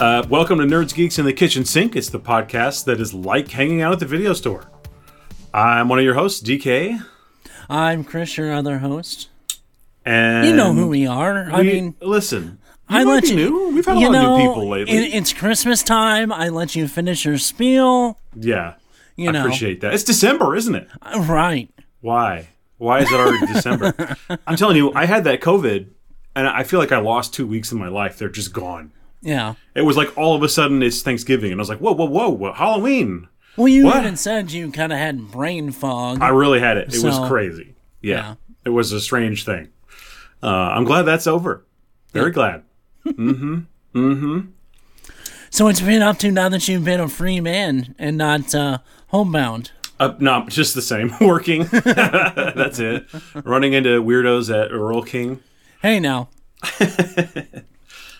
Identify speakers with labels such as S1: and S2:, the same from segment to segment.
S1: Uh, welcome to Nerds, Geeks, and the Kitchen Sink. It's the podcast that is like hanging out at the video store. I'm one of your hosts, DK,
S2: I'm Chris, your other host.
S1: and
S2: You know who we are. I
S1: we-
S2: mean,
S1: listen, you
S2: I
S1: might
S2: let
S1: be
S2: you.
S1: new. We've had a
S2: you
S1: lot
S2: know,
S1: of new people lately.
S2: it- it's Christmas time. I let you finish your spiel.
S1: yeah,
S2: You
S1: I
S2: know,
S1: appreciate that. It's December, isn't it?
S2: Uh, right?
S1: Why? Why is it already December? I'm telling you, I had that COVID, and I feel like I lost two weeks of my life. They're just gone.
S2: Yeah.
S1: It was like all of a sudden it's Thanksgiving, and I was like, whoa, whoa, whoa, whoa Halloween.
S2: Well, you
S1: What?
S2: even said you kind of had brain fog.
S1: I really had it. It
S2: So-
S1: was crazy. Yeah.
S2: Yeah.
S1: It was a strange thing. Uh, I'm glad that's over. Very glad.
S2: so it's been up to now that you've been a free man and not uh, homebound.
S1: Uh, no, just the same. Working. that's it. Running into weirdos at Earl King.
S2: Hey, now.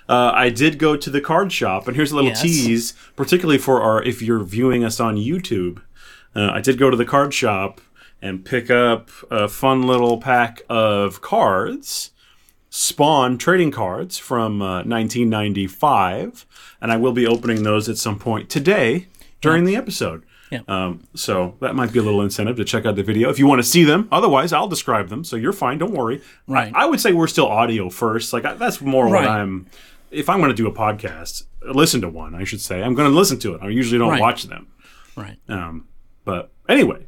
S1: Uh, I did go to the card shop, and here's a little
S2: Yes.
S1: tease, particularly for our if you're viewing us on YouTube. Uh, I did go to the card shop and pick up a fun little pack of cards, Spawn trading cards from uh, 1995, and I will be opening those at some point today during the episode.
S2: Yeah.
S1: Um, so that might be a little incentive to check out the video if you want to see them. Otherwise, I'll describe them, so you're fine. Don't worry.
S2: Right.
S1: I, I would say we're still audio first. Like I, that's more what
S2: Right.
S1: I'm. If I'm going to do a podcast, listen to one. I should say I'm going to listen to it. I usually don't
S2: Right.
S1: watch them.
S2: Right.
S1: Um, but anyway,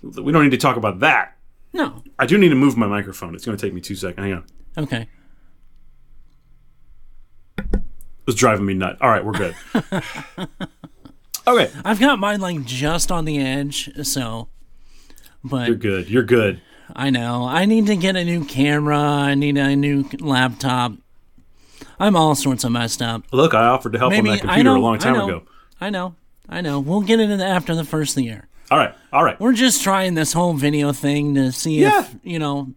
S1: we don't need to talk about that.
S2: No.
S1: I do need to move my microphone. It's going to take me two seconds. Hang on.
S2: Okay.
S1: It's driving me nut. All right, we're good. okay,
S2: I've got mine like just on the edge, so. But
S1: you're good. You're good.
S2: I know. I need to get a new camera. I need a new laptop. I'm all sorts of messed up.
S1: Look, I offered to help
S2: Maybe
S1: on that
S2: I
S1: computer
S2: know,
S1: a long time
S2: I know,
S1: ago.
S2: I know. I know. We'll get into that after the first of the year.
S1: All right. All right.
S2: We're just trying this whole video thing to see
S1: Yeah.
S2: if, you know,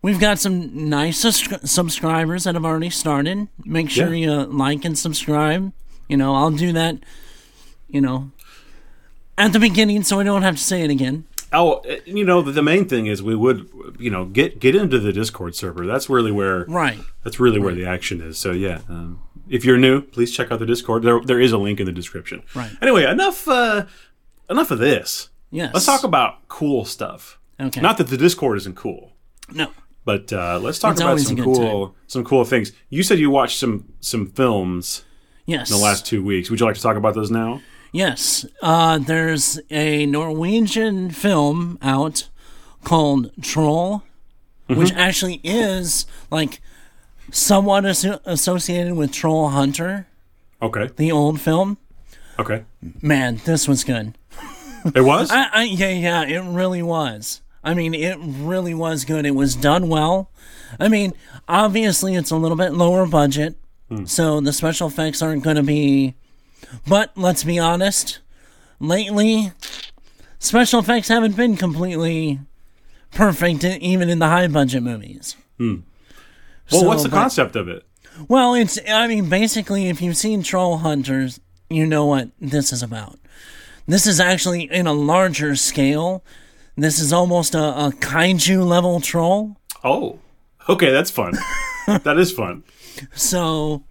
S2: we've got some nice sus- subscribers that have already started. Make sure you like and subscribe. You know, I'll do that, you know, at the beginning so I don't have to say it again.
S1: Oh, uh, you know the, the main thing is we would, you know, get get into the Discord server. That's really where
S2: Right.
S1: that's really where the action is. So yeah, um, if you're new, please check out the Discord. There there is a link in the description.
S2: Right.
S1: Anyway, enough uh, enough of this.
S2: Yes.
S1: Let's talk about cool stuff.
S2: Okay.
S1: Not that the Discord isn't cool,
S2: No.
S1: but uh, let's talk
S2: It's
S1: about
S2: always a
S1: some
S2: good
S1: cool some cool things. You said you watched some some films
S2: Yes.
S1: the last two weeks. Would you like to talk about those now?
S2: Yes, uh, there's a Norwegian film out called Troll,
S1: Mm-hmm.
S2: which actually is like somewhat asso- associated with Troll Hunter,
S1: Okay.
S2: the old film.
S1: Okay.
S2: Man, this was good.
S1: It was.
S2: I, I, yeah, yeah, it really was. I mean, it really was good. It was done well. I mean, obviously, it's a little bit lower budget, so the special effects aren't going to be. But let's be honest, lately, special effects haven't been completely perfect, e- even in the high budget movies.
S1: well,
S2: so,
S1: what's the
S2: but-
S1: concept of it?
S2: Well, it's, I mean, basically, if you've seen Troll Hunters, you know what this is about. This is actually in a larger scale. This is almost a, a kaiju level troll.
S1: Oh, okay, that's fun. that is fun.
S2: So,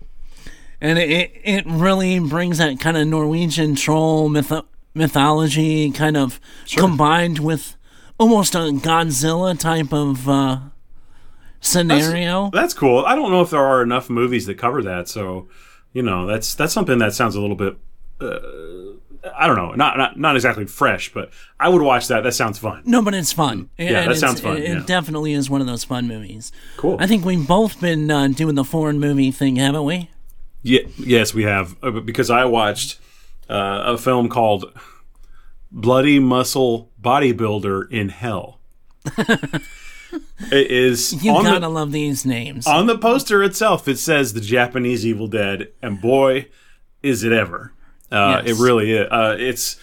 S2: and it, it, it really brings that kind of Norwegian troll mytho- mythology kind of combined with almost a Godzilla type of uh, scenario.
S1: That's cool. I don't know if there are enough movies that cover that, so you know that's that's something that sounds a little bit. Uh, I don't know, not, not not exactly fresh, but I would watch that. That sounds fun.
S2: No, but it's fun.
S1: that
S2: it's-
S1: sounds fun,
S2: It,
S1: yeah.
S2: it definitely is one of those fun movies.
S1: Cool.
S2: I think we've both been uh, doing the foreign movie thing, haven't we?
S1: Yeah, yes, we have uh, because I watched uh, a film called "Bloody Muscle Bodybuilder in Hell." it is
S2: You
S1: on
S2: gotta
S1: the, Uh,
S2: love these names.
S1: on the poster itself it says the japanese evil dead and boy is it ever uh,
S2: Yes.
S1: it really is uh, it's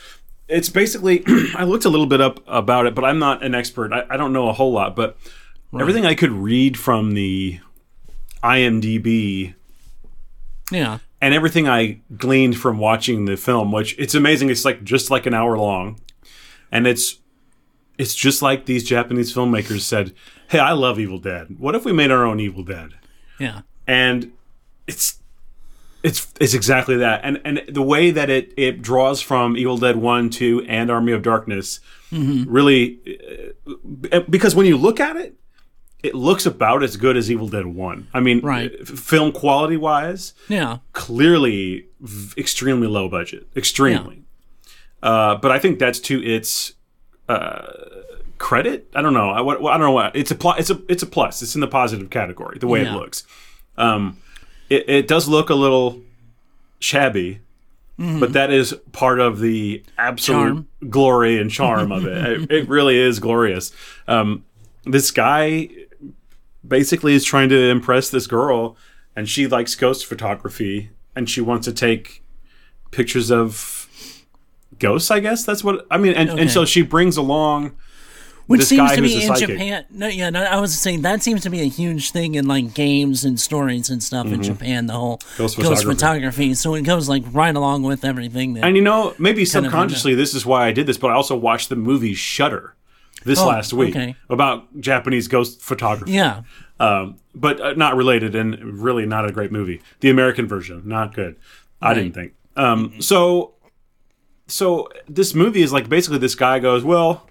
S1: it's basically i looked a little bit up about it but i'm not an expert i, I don't know a whole lot but everything i could read from the imdb
S2: yeah.
S1: and everything i gleaned from watching the film which it's amazing it's like just like an hour long and it's it's just like these japanese filmmakers said hey i love evil dead what if we made our own evil dead
S2: Yeah.
S1: and it's It's it's exactly that, and and the way that it it draws from Evil Dead One, Two, and Army of Darkness, really, uh, because when you look at it, it looks about as good as Evil Dead One. I mean,
S2: Right.
S1: f- film quality wise,
S2: Yeah.
S1: clearly v- extremely low budget, extremely. Uh, but I think that's to its uh, credit. I don't know. I, what, I don't know what it's a pl- it's a it's a plus. It's in the positive category. The way
S2: Yeah.
S1: it looks, um, it, it does look a little shabby, but that is part of the absolute glory and charm of it. it. It really is glorious. Um, this guy basically is trying to impress this girl and she likes ghost photography and she wants to take pictures of ghosts i guess that's what i mean and,
S2: Okay.
S1: and so she brings along
S2: Which
S1: this
S2: seems
S1: guy
S2: to
S1: who's
S2: be
S1: a
S2: in
S1: psychic.
S2: Japan. No, yeah, no, I was saying that seems to be a huge thing in like games and stories and stuff in Japan. The whole
S1: Mm-hmm. Ghost photography.
S2: photography. So it goes like right along with everything. That,
S1: and you know maybe
S2: of
S1: subconsciously this is why i did this but i also watched the movie shutter this
S2: Oh,
S1: last week
S2: okay.
S1: about japanese ghost photography
S2: yeah,
S1: um, but uh, not related and really not a great movie. The American version, not good. I didn't think. Um, so, so this movie is like basically this guy goes, well,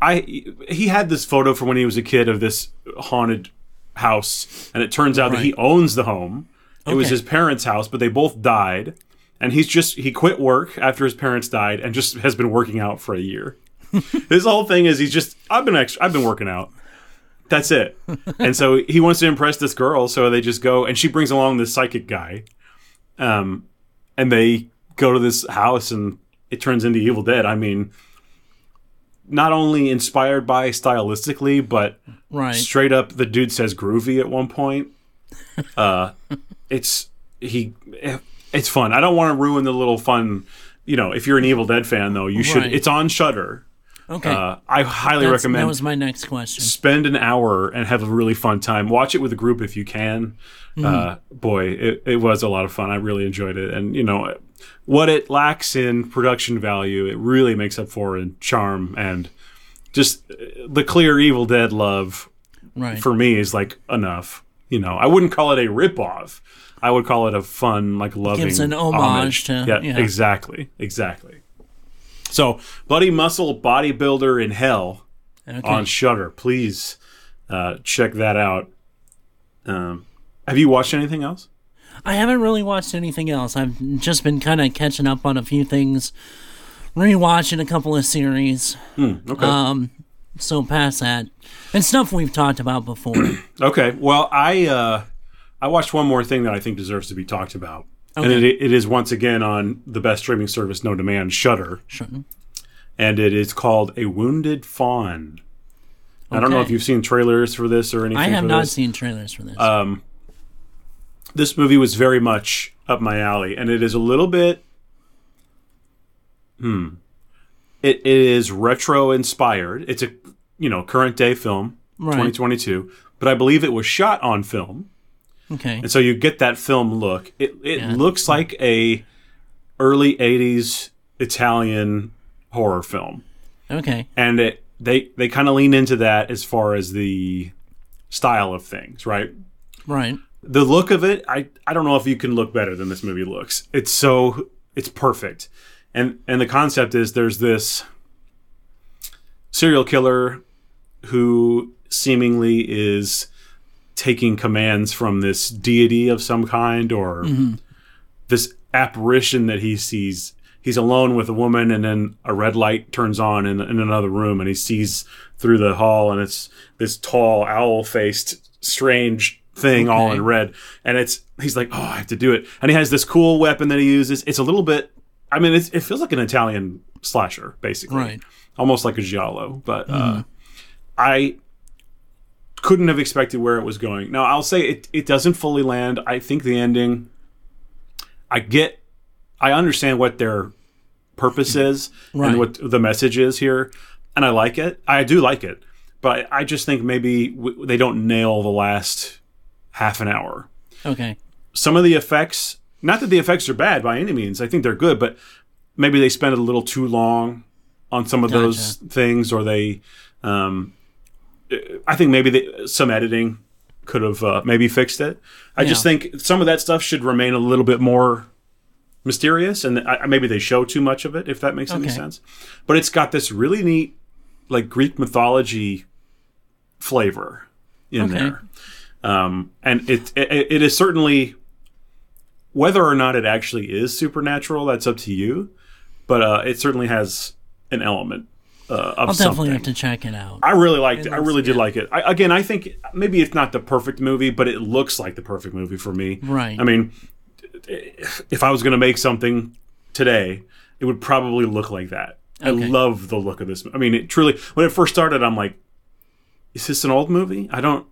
S1: I he had this photo from when he was a kid of this haunted house, and it turns out that he owns the home. It was
S2: Okay.
S1: his parents' house, but they both died. And he's just he quit work after his parents died and just has been working out for a year. His whole thing is he's just I've been extra, I've been working out. That's it. and so he wants to impress this girl, so they just go and she brings along this psychic guy. Um and they go to this house and it turns into Evil Dead. I mean, not only inspired by stylistically, but
S2: right.
S1: straight up the dude says groovy at one point. Uh it's he it's fun. I don't want to ruin the little fun, you know, if you're an Evil Dead fan though, you should
S2: Right.
S1: it's on Shutter.
S2: Okay,
S1: Uh, I highly
S2: That's-
S1: recommend
S2: That was my next question.
S1: spend an hour and have a really fun time. Watch it with a group if you can.
S2: Mm-hmm.
S1: Uh, boy, it, it was a lot of fun. I really enjoyed it. And, you know, what it lacks in production value, it really makes up for in charm and just uh, the clear Evil Dead love
S2: Right.
S1: for me is like enough. You know, I wouldn't call it a ripoff. I would call it a fun, like loving
S2: Gives an homage to- yeah.
S1: yeah, exactly, exactly. So, bloody muscle bodybuilder in hell
S2: okay.
S1: on Shutter. Please uh, check that out. Um, have you watched anything else?
S2: I haven't really watched anything else. I've just been kind of catching up on a few things, rewatching a couple of series.
S1: Okay.
S2: Um, so past that, and stuff we've talked about before.
S1: okay. Well, I uh, I watched one more thing that I think deserves to be talked about, and it,
S2: Okay.
S1: it is once again on the best streaming service, no demand, Shutter,
S2: Sure.
S1: and it is called A Wounded Fawn. I don't know
S2: Okay.
S1: if you've seen trailers for this or anything.
S2: I have
S1: for
S2: not
S1: this.
S2: seen trailers for this.
S1: Uh, this movie was very much up my alley, and it is a little bit. Hmm. It, it is retro inspired. It's a you know current day film,
S2: Right.
S1: 2022, but I believe it was shot on film,
S2: okay.
S1: and so you get that film look. It it
S2: Yeah.
S1: looks like a early 80s Italian horror film
S2: Okay.
S1: and it they they kind of lean into that as far as the style of things right
S2: Right.
S1: the look of it i i don't know if you can look better than this movie looks it's so it's perfect and and the concept is there's this serial killer who seemingly is taking commands from this deity of some kind or
S2: Mm-hmm.
S1: this apparition that he sees. He's alone with a woman, and then a red light turns on in, in another room, and he sees through the hall, and it's this tall, owl faced, strange thing all
S2: Okay.
S1: in red. And it's he's like, Oh, I have to do it. And he has this cool weapon that he uses. It's a little bit, I mean, it's, it feels like an Italian slasher, basically
S2: Right. Mm-hmm.
S1: almost like a giallo but uh, i couldn't have expected where it was going now i'll say it, it doesn't fully land i think the ending i get i understand what their purpose is
S2: Right.
S1: and what the message is here and i like it i do like it but i just think maybe w- they don't nail the last half an hour
S2: Okay.
S1: some of the effects not that the effects are bad by any means i think they're good but maybe they spend a little too long on some of those things or they um, i think maybe they, some editing could have uh, maybe fixed it. I just
S2: Yeah.
S1: think some of that stuff should remain a little bit more mysterious, and I, I- maybe they show too much of it if that makes any
S2: Okay.
S1: sense. But it's got this really neat, like Greek mythology flavor in there, um, and it, it it is certainly whether or not it actually is supernatural. That's up to you, but uh, it certainly has an element. Uh, of
S2: I'll definitely
S1: something.
S2: have to check it out.
S1: I really liked it. I really did like it. I, again, I think maybe it's not the perfect movie, but it looks like the perfect movie for me.
S2: Right.
S1: I mean, if I was going to make something today, it would probably look like that. I
S2: Okay.
S1: love the look of this. I mean, it truly. When it first started, I'm like, "Is this an old movie? I don't.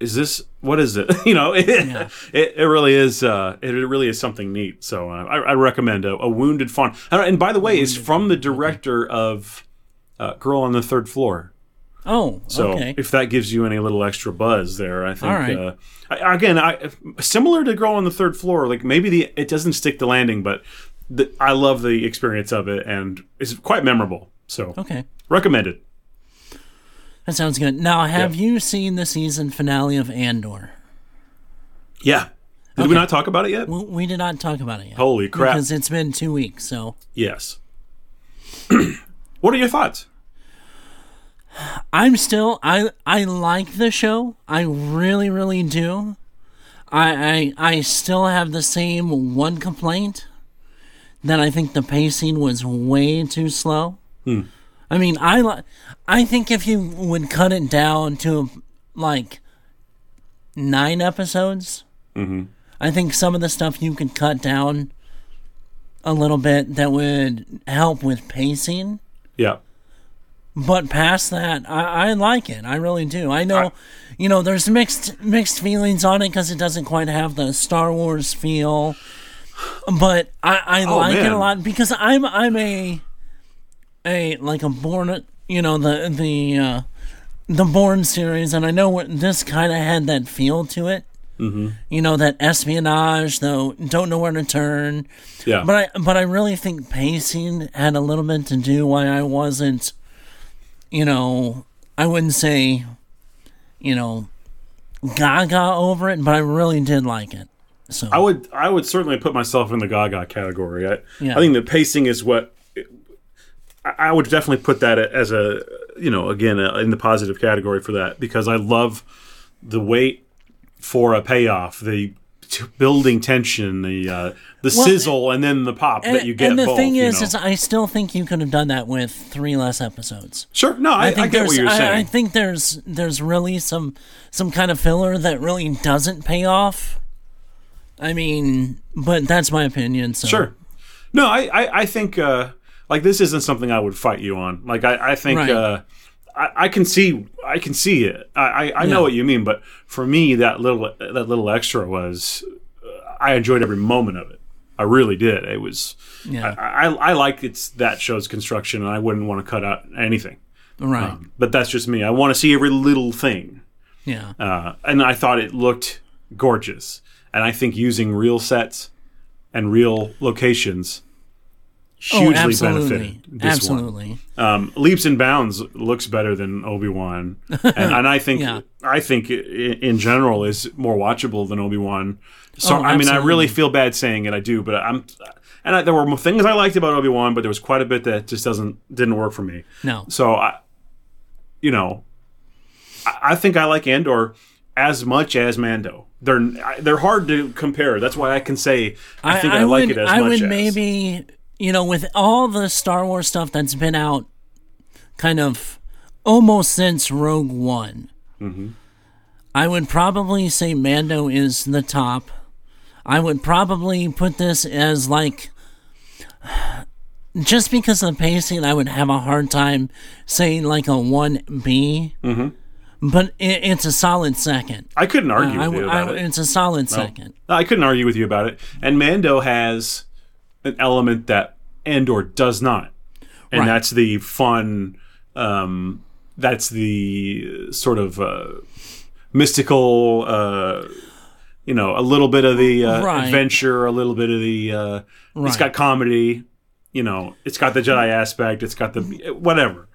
S1: Is this what is it? you know, it, it, it really is. Uh, it, it really is something neat. So uh, I, I recommend a, a Wounded Fawn. And, and by the way, it's from the director of uh, Girl on the Third Floor.
S2: Oh,
S1: So
S2: okay.
S1: if that gives you any little extra buzz there, I think.
S2: All right.
S1: Uh, I, again, I similar to Girl on the Third Floor. Like maybe the it doesn't stick the landing, but the, I love the experience of it, and it's quite memorable. So
S2: okay.
S1: recommended.
S2: That sounds good. Now, have you seen the season finale of Andor?
S1: Yeah. Did we not talk about it yet?
S2: We, we did not talk about it yet.
S1: Holy crap!
S2: Because it's been two weeks, so
S1: yes. what are your thoughts?
S2: I'm still I I like the show. I really really do. I I I still have the same one complaint that I think the pacing was way too slow. I mean, I li- I think if you would cut it down to like 9 episodes, I think some of the stuff you could cut down a little bit that would help with pacing.
S1: Yeah.
S2: But past that, I, I like it. I really do. I know, you know, there's mixed mixed feelings on it because it doesn't quite have the Star Wars feel. But I, I like it
S1: man.
S2: a lot because I'm I'm a a like a born you know the the uh, the born series, and I know what this kind of had that feel to it. Mm-hmm. You know that espionage, though, don't know where to turn.
S1: Yeah.
S2: But I but I really think pacing had a little bit to do why I wasn't, you know, I wouldn't say, you know, gaga over it, but I really did like it. So
S1: I would I would certainly put myself in the Gaga category. I,
S2: Yeah.
S1: I think the pacing is what I I would definitely put that as a you know again uh, in the positive category for that because I love the wait for a payoff the t- building tension the uh, the sizzle and then the pop that you get
S2: and the
S1: both,
S2: thing
S1: you
S2: is,
S1: know.
S2: is I still think you could have done that with three less episodes.
S1: sure no I, I,
S2: think
S1: get what
S2: there's-
S1: you're
S2: I- I
S1: saying
S2: think there's there's really some some kind of filler that really doesn't pay off. I mean, but that's my opinion. So
S1: Sure. No, I, I, I think uh, like this isn't something I would fight you on. Like I, I think
S2: Right.
S1: uh, I, I can see I can see it. I, I, I know what you mean, but for me that little that little extra was uh, I enjoyed every moment of it. I really did. It was
S2: Yeah.
S1: I, I, I like it's that show's construction and I wouldn't want to cut out anything.
S2: right.
S1: But that's just me. I want to see every little thing
S2: yeah.
S1: uh, and I thought it looked gorgeous. And I think using real sets and real locations hugely benefited this one.
S2: Oh, absolutely.
S1: Um, Leaps and bounds looks better than Obi Wan, and, and I think
S2: Yeah.
S1: I think i- in general is more watchable than Obi Wan. So
S2: Oh,
S1: I mean, I really
S2: absolutely.
S1: feel bad saying it. I do, but I'm and I, there were things I liked about Obi Wan, but there was quite a bit that just doesn't didn't work for me.
S2: No,
S1: So I, you know, I, I think I like Andor as much as Mando. They're I- they're hard to compare. That's why I can say I, think I, like
S2: would,
S1: it as
S2: I
S1: much
S2: would
S1: as.
S2: maybe you know with all the Star Wars stuff that's been out, kind of almost since Rogue One.
S1: Mm-hmm.
S2: I would probably say Mando is the top. I would probably put this as like. Just because of the pacing, I would have a hard time saying like a 1B, but it, it's a solid second.
S1: I couldn't argue
S2: Uh, I
S1: with Mm-hmm.
S2: w-
S1: you
S2: I
S1: about
S2: w-
S1: it.
S2: It's a solid second.
S1: I couldn't argue with you about it. And Mando has an element that Andor does not, and
S2: Right.
S1: that's the fun. Um, that's the uh, sort of uh, mystical. Uh, you know, a little bit of the uh,
S2: Right.
S1: adventure, a little bit of the. Uh, It's
S2: Right.
S1: got comedy. You know, it's got the Jedi aspect. It's got the whatever.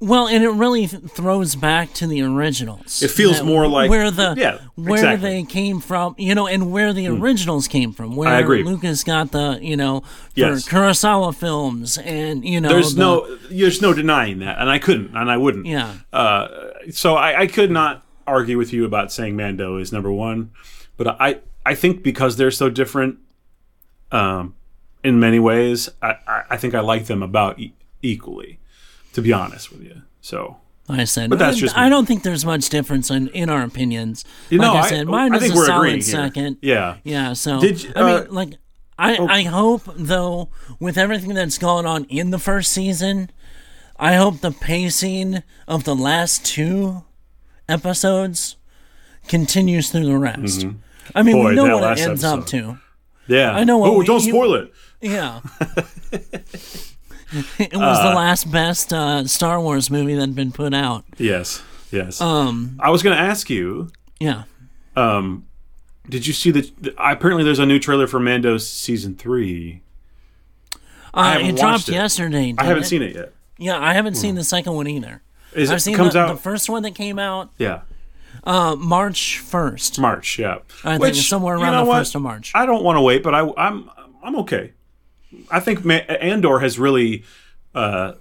S2: Well, and it really th- throws back to the originals.
S1: It feels
S2: That-
S1: more like-
S2: where the
S1: yeah,
S2: where
S1: exactly. Hmm.
S2: they came from, you know, and where the originals came from. Where
S1: agree.
S2: Lucas got the, you know, for
S1: Yes.
S2: Kurosawa films, and you know,
S1: There's
S2: the-
S1: no there's no denying that, and I couldn't, and I wouldn't.
S2: yeah,
S1: Uh, so I, I could not argue with you about saying Mando is number one, but I I think because they're so different, um, in many ways, I I, I think I like them about e- equally, to be honest with you. So
S2: I said,
S1: But that's just
S2: I,
S1: me.
S2: don't think there's much difference in, in our opinions.
S1: you know,
S2: like I said, mine
S1: I
S2: is
S1: think
S2: a
S1: we're
S2: solid
S1: agreeing here.
S2: second.
S1: Yeah,
S2: Yeah, so
S1: Did you-
S2: I
S1: uh,
S2: mean, like, I I hope though, with everything that's gone on in the first season, I hope the pacing of the last two episodes continues through the rest. I mean,
S1: Mm-hmm. Boy,
S2: we know
S1: that
S2: what
S1: last
S2: it ends up
S1: episode.
S2: to.
S1: yeah. I
S2: know what
S1: Oh,
S2: we-
S1: don't
S2: you-
S1: spoil it.
S2: Yeah. it was the last best uh, Star Wars movie that had been put out.
S1: Yes, yes. Um, I was going to ask you.
S2: Yeah.
S1: Um, did you see the, the? Apparently, there's a new trailer for Mando season three.
S2: Uh,
S1: haven't
S2: it dropped
S1: watched it.
S2: yesterday.
S1: I haven't seen it yet.
S2: Yeah, I haven't seen the second one either.
S1: Is
S2: I've
S1: it
S2: seen
S1: comes
S2: the,
S1: out?
S2: the first one that came out
S1: yeah.
S2: uh, March first.
S1: March, yeah.
S2: I think it's somewhere
S1: you
S2: around
S1: know
S2: the
S1: what?
S2: first of March.
S1: I don't want to wait, but I, I'm I'm okay. I think Ma- Andor has really uh,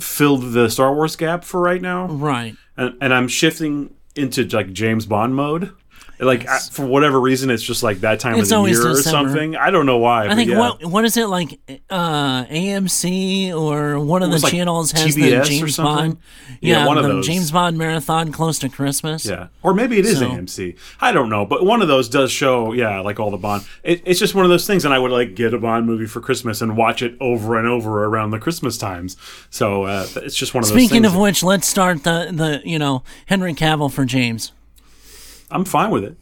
S1: filled the Star Wars gap for right now,
S2: Right.
S1: and, and I'm shifting into like James Bond mode. Like I, for whatever reason, it's just like that time
S2: It's
S1: of the
S2: always
S1: year or
S2: December.
S1: something. I don't know why.
S2: I
S1: but
S2: think
S1: yeah.
S2: what what is it like uh AMC or one of the
S1: was, like,
S2: channels
S1: TBS
S2: has
S1: or
S2: the James
S1: something?
S2: Bond
S1: Yeah,
S2: yeah,
S1: one of
S2: the
S1: those.
S2: James Bond marathon close to Christmas.
S1: Yeah, or maybe it is
S2: So-
S1: AMC. I don't know, but one of those does show. Yeah, like all the Bond. It, it's just one of those things, and I would like get a Bond movie for Christmas and watch it over and over around the Christmas times. So uh, it's just one of those.
S2: Speaking
S1: things
S2: of
S1: that-
S2: which, let's start the the you know Henry Cavill for James.
S1: I'm fine with it.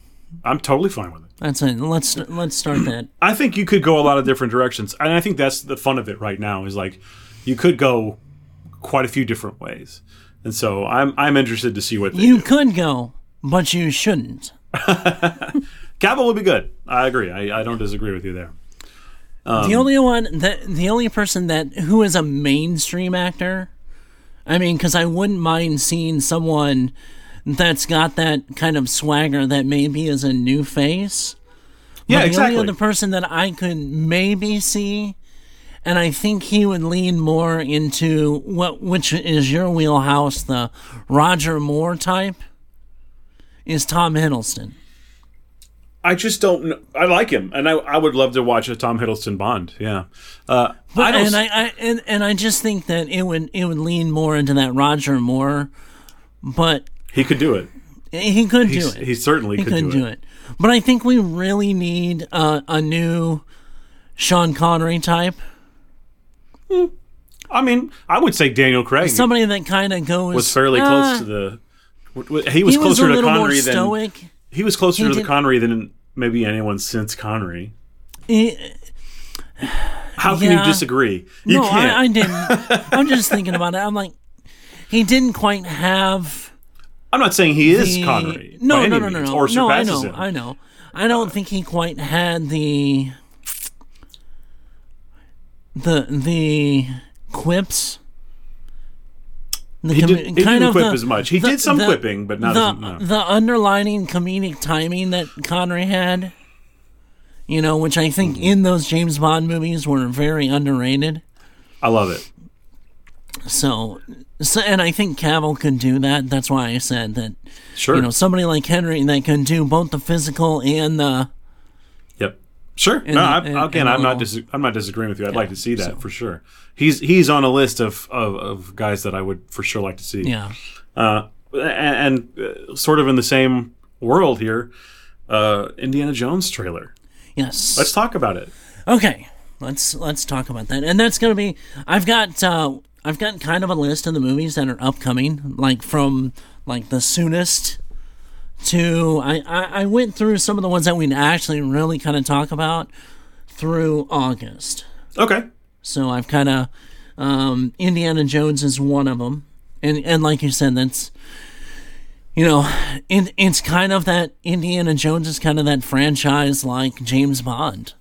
S1: I'm totally fine with it.
S2: That's it. Let's let's start that.
S1: I think you could go a lot of different directions, and I think that's the fun of it right now. Is like you could go quite a few different ways, and so I'm I'm interested to see what they
S2: You
S1: do.
S2: could go, but you shouldn't.
S1: Cavill would be good. I agree. I, I don't disagree with you there.
S2: the
S1: Um,
S2: only one that the only person that who is a mainstream actor i mean because i wouldn't mind seeing someone that's got that kind of swagger that maybe is a new face
S1: Yeah,
S2: the
S1: exactly.
S2: only other person that i could maybe see and i think he would lean more into what which is your wheelhouse the roger moore type is tom hiddleston
S1: I just don't. Know. I like him, and I, I would love to watch a Tom Hiddleston Bond. Yeah, uh, I don't.
S2: and I,
S1: s-
S2: I and, and I just think that it would it would lean more into that Roger Moore, but
S1: he could do it.
S2: he could do
S1: He's-
S2: it.
S1: He certainly
S2: he
S1: could, do, it.
S2: But I think we really need uh, a new Sean Connery type,
S1: I mean, I would say Daniel Craig
S2: somebody that kind of goes
S1: was fairly
S2: "Ah."
S1: close to the. w- w- He was
S2: He was a
S1: closer to
S2: little more
S1: Connery than
S2: stoic.
S1: he was closer to the
S2: did-
S1: Connery than maybe anyone since Connery.
S2: He-
S1: How can you
S2: Yeah.
S1: disagree? You
S2: no,
S1: can't.
S2: I, I didn't. I'm just thinking about it. I'm like, he didn't quite have.
S1: am not saying he is
S2: the-
S1: Connery.
S2: No,
S1: by any
S2: no, no, no,
S1: means,
S2: no.
S1: Or
S2: no, I
S1: surpasses
S2: know,
S1: him.
S2: I know. I don't think he quite had the the the quips. The
S1: He,
S2: com-
S1: did, he
S2: kind
S1: didn't
S2: of
S1: quip
S2: the-
S1: as much. He
S2: the-
S1: did some
S2: the-
S1: quipping, but not
S2: the
S1: as much.
S2: the underlining comedic timing that Connery had. You know, which I
S1: Mm-hmm.
S2: think in those James Bond movies were very underrated.
S1: I love it.
S2: So, so, and I think Cavill could do that. That's why I said that
S1: Sure.
S2: you know somebody like Henry that can do both the physical and the
S1: Yep. Sure. no, I,
S2: and-
S1: again,
S2: and
S1: I'm not
S2: all-
S1: dis- I'm not disagreeing with you. I'd like to see that for sure. He's he's on a list of, of, of guys that I would for sure like to see.
S2: yeah
S1: Uh, and and uh, sort of in the same world here, uh, Indiana Jones trailer.
S2: yes
S1: Let's talk about it.
S2: okay let's let's talk about that and that's gonna be I've got uh, I've got kind of a list of the movies that are upcoming like from like the soonest to I I, I went through some of the ones that we actually really kind of talk about through August
S1: Okay.
S2: So I've kind of um, Indiana Jones is one of them, and and like you said, that's you know, it, it's kind of that Indiana Jones is kind of that franchise like James Bond,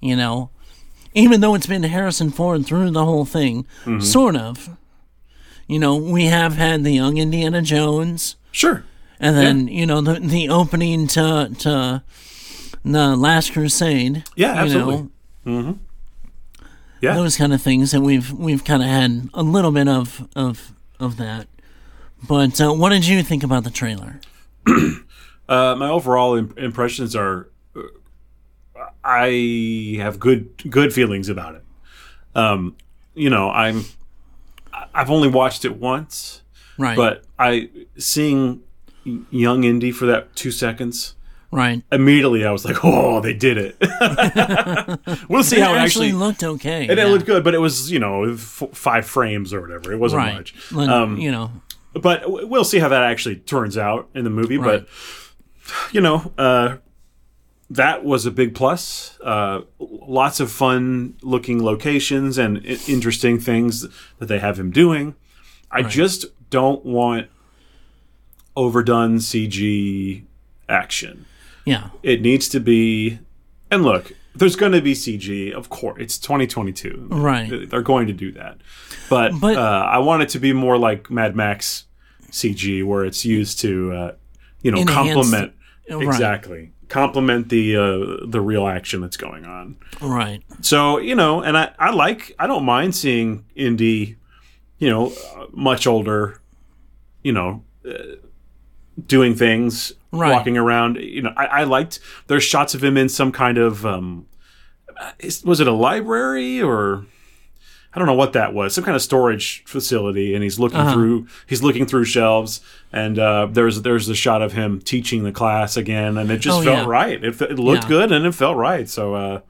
S2: you know,
S1: Mm-hmm.
S2: even though it's been Harrison Ford through the whole thing, sort of. You know, we have had the young Indiana Jones,
S1: Sure.
S2: and then you know the the opening to to the Last Crusade.
S1: Yeah,
S2: you know,
S1: absolutely. Yeah.
S2: those kind of things, and we've we've kind of had a little bit of of of that. But uh, what did you think about the trailer?
S1: Uh, my overall imp- impressions are, uh, I have good good feelings about it. Um, you know, I'm I- I've only watched it once,
S2: Right,
S1: but I seeing young Indy for that two seconds
S2: right.
S1: immediately, I was like, oh, they did it. we'll see
S2: It
S1: how it
S2: actually,
S1: actually.
S2: looked okay.
S1: It,
S2: yeah.
S1: it looked good, but it was you know f- five frames or whatever. It wasn't
S2: right.
S1: much.
S2: Like,
S1: Um,
S2: you know,
S1: but w- we'll see how that actually turns out in the movie.
S2: Right.
S1: But you know, uh, that was a big plus. Uh, lots of fun looking locations and I- interesting things that they have him doing. I just don't want overdone CG action.
S2: yeah,
S1: It needs to be, and look. There's going to be CG, of course. It's 2022.
S2: Right.
S1: They're going to do that. But,
S2: But-
S1: uh, I want it to be more like Mad Max CG, where it's used to, uh, you know,
S2: Enhance-
S1: complement
S2: Right.
S1: exactly complement the uh, the real action that's going on.
S2: right,
S1: So you know, and I I like I don't mind seeing Indy, you know, uh, much older, you know, uh, doing things,
S2: Right.
S1: walking around. You know, I, I liked there's shots of him in some kind of um, uh, is- was it a library or. I don't know what that was. Some kind of storage facility, and he's looking
S2: Uh-huh.
S1: through. He's looking through shelves, and uh, there's there's a shot of him teaching the class again, and it just
S2: Oh,
S1: felt
S2: yeah.
S1: right. It, fe- it looked
S2: Yeah.
S1: good, and it felt right. So uh,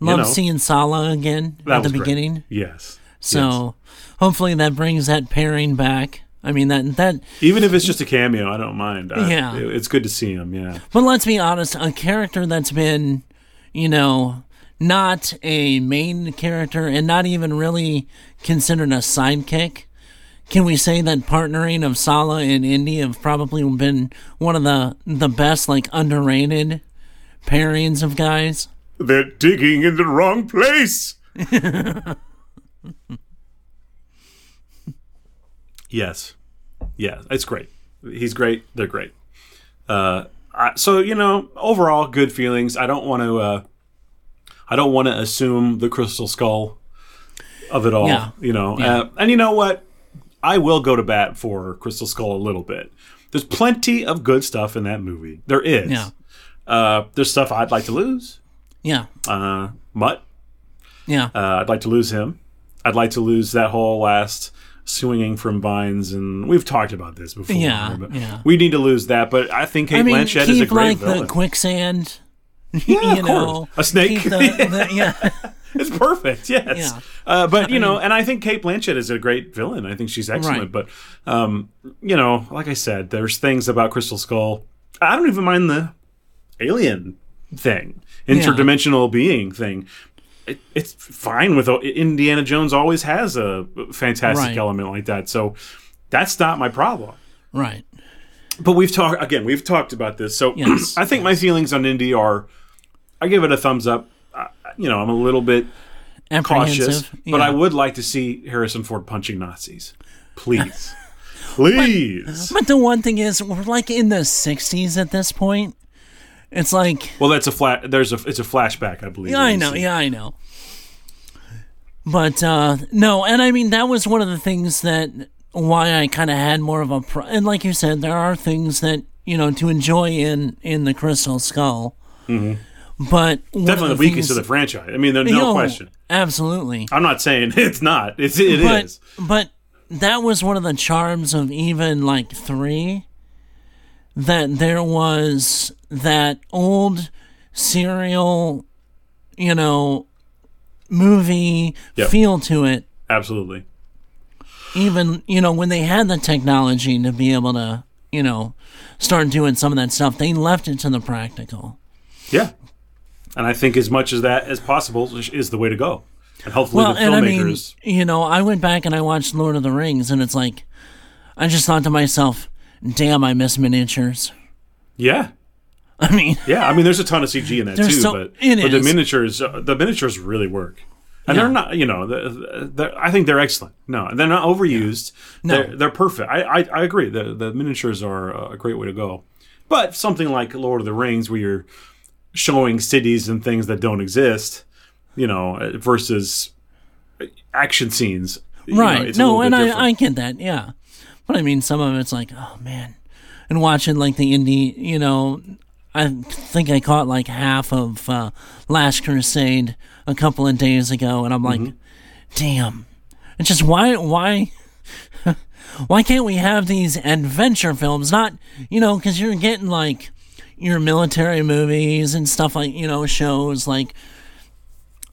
S2: love
S1: know.
S2: seeing Sala again
S1: that
S2: at the
S1: was great.
S2: beginning.
S1: Yes.
S2: So hopefully that brings that pairing back. I mean that that
S1: Even if it's just a cameo, I don't mind. I-
S2: Yeah.
S1: it- it's good to see him. Yeah,
S2: but let's be honest, a character that's been, you know, not a main character and not even really considered a sidekick. Can we say that partnering of Sala and Indy have probably been one of the the best like underrated pairings of guys?
S1: they're digging in the wrong place. yes, yeah, it's great. He's great. They're great. Uh, I, so you know, overall, good feelings. I don't want to. Uh, I don't want to assume the crystal skull of it all.
S2: Yeah.
S1: You know, uh, and you know what? I will go to bat for Crystal Skull a little bit. There's plenty of good stuff in that movie. There is.
S2: Yeah.
S1: Uh, there's stuff I'd like to lose.
S2: Yeah.
S1: Uh, Mutt,
S2: Yeah.
S1: uh, I'd like to lose him. I'd like to lose that whole last swinging from vines, and we've talked about this before.
S2: Yeah,
S1: but
S2: yeah.
S1: We need to lose that, but I think Kate
S2: I mean,
S1: Blanchett
S2: keep
S1: is a great
S2: like
S1: villain.
S2: the quicksand.
S1: yeah,
S2: you
S1: of
S2: know, uh,
S1: course. A snake.
S2: keep the- the- yeah.
S1: It's perfect. Yes.
S2: Yeah.
S1: Uh, but you know, and I think Kate Blanchett is a great villain. I think she's excellent. But um, you know, like I said, there's things about Crystal Skull. I don't even mind the alien thing, interdimensional being thing. It, it's fine with uh, Indiana Jones. Always has a fantastic
S2: Right.
S1: element like that. So that's not my problem.
S2: Right.
S1: But we've talked again. We've talked about this. So
S2: Yes,
S1: I think my feelings on Indy are, I give it a thumbs up. I, you know, I'm a little bit cautious,
S2: Apprehensive.
S1: but
S2: yeah.
S1: I would like to see Harrison Ford punching Nazis. Please. Please.
S2: But uh, the one thing is, we're like in the 60s at this point. It's like,
S1: well, that's a flat. There's a. It's a flashback, I believe.
S2: yeah, I know, yeah, I know. But uh no, and I mean that was one of the things that why I kind of had more of a pro- and like you said, there are things that you know to enjoy in in the Crystal Skull. Mm-hmm. But one of
S1: Definitely the
S2: the
S1: weakest
S2: things-
S1: of the franchise. I mean, there's no
S2: Yo,
S1: question.
S2: Absolutely.
S1: I'm not saying it's not. It's it is.
S2: but but that was one of the charms of even like three that there was that old serial you know movie
S1: Yep.
S2: feel to it
S1: Absolutely.
S2: even you know when they had the technology to be able to you know start doing some of that stuff they left it to the practical
S1: Yeah. And I think as much as that as possible is- is the way to go. And hopefully
S2: well
S1: the
S2: and i mean
S1: filmmakers.
S2: you know i went back and i watched lord of the rings and it's like i just thought to myself damn i miss miniatures
S1: yeah.
S2: i mean
S1: Yeah. I mean, there's a ton of CG in that too,
S2: There's so-
S1: but,
S2: it
S1: but the
S2: is.
S1: miniatures, uh, the miniatures really work. And they're not, you know, they're, they're, I think they're excellent. No, they're not overused.
S2: No.
S1: They're, they're perfect. I, I, I agree. The, the miniatures are a great way to go. But something like Lord of the Rings, where you're showing cities and things that don't exist, you know, uh, versus action scenes. you know,
S2: right.
S1: it's a
S2: no,
S1: little
S2: and
S1: bit
S2: I,
S1: different.
S2: I get that. Yeah. But I mean, some of it's like, oh, man. And watching like the indie, you know, I think I caught like half of uh, Last Crusade a couple of days ago, and I'm like,
S1: Mm-hmm.
S2: damn. It's just why, why, why can't we have these adventure films? Not, you know, because you're getting like your military movies and stuff like, you know, shows like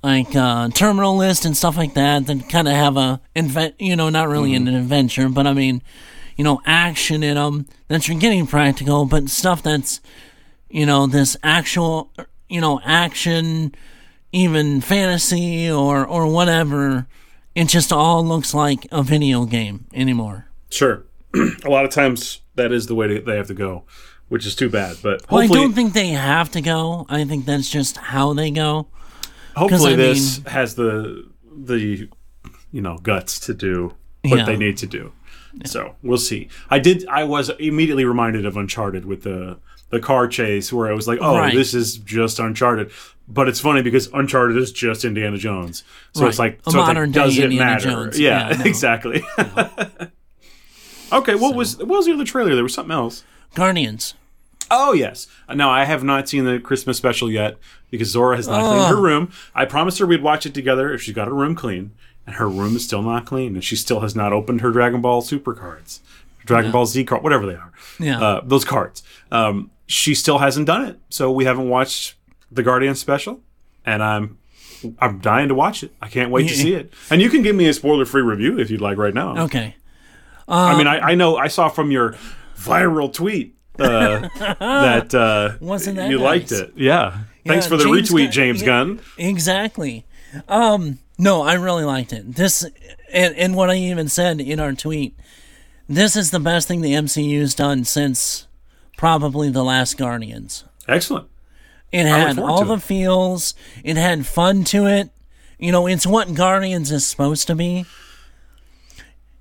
S2: like uh, Terminal List and stuff like that that kind of have a inve- you know not really an adventure, but I mean, you know, action in them that you're getting practical, but stuff that's you know this actual you know action, even fantasy or or whatever. It just all looks like a video game anymore.
S1: Sure. a lot of times that is the way to, they have to go, which is too bad. But
S2: Well, I
S1: hopefully,
S2: don't think they have to go. I think that's just how they go.
S1: hopefully
S2: I
S1: this has the the you know guts to do what
S2: Yeah.
S1: they need to do. So we'll see. I did. I was immediately reminded of Uncharted with the the car chase, where I was like, "Oh,
S2: Right.
S1: this is just Uncharted." But it's funny because Uncharted is just Indiana Jones, so it's
S2: Right.
S1: like
S2: A
S1: so it's like,
S2: modern-day
S1: does it
S2: Indiana
S1: matter?
S2: Jones.
S1: Yeah,
S2: Yeah, no.
S1: exactly. okay, what was what was the other trailer? There was something else.
S2: Guardians.
S1: Oh yes. No, I have not seen the Christmas special yet because Zora has not cleaned her room. I promised her we'd watch it together if she got her room clean, and her room is still not clean, and she still has not opened her Dragon Ball Super cards, Dragon Ball Z card, whatever they are.
S2: Yeah.
S1: Uh, those cards. Um, she still hasn't done it, so we haven't watched the Guardian special, and I'm. I'm dying to watch it. I can't wait to see it. And you can give me a spoiler-free review if you'd like right now.
S2: Okay.
S1: I
S2: Um,
S1: mean, I, I know I saw from your viral tweet uh, that, uh,
S2: Wasn't that
S1: you liked
S2: nice?
S1: it. Yeah. Thanks
S2: Yeah,
S1: for the
S2: James
S1: retweet,
S2: Gunn-
S1: James
S2: yeah.
S1: Gunn.
S2: Exactly. Um, no, I really liked it. This and, and what I even said in our tweet, this is the best thing the MCU's done since probably the last Guardians.
S1: Excellent.
S2: It
S1: look
S2: had
S1: forward
S2: all
S1: to
S2: the
S1: it.
S2: feels, it had fun to it. You know, it's what Guardians is supposed to be.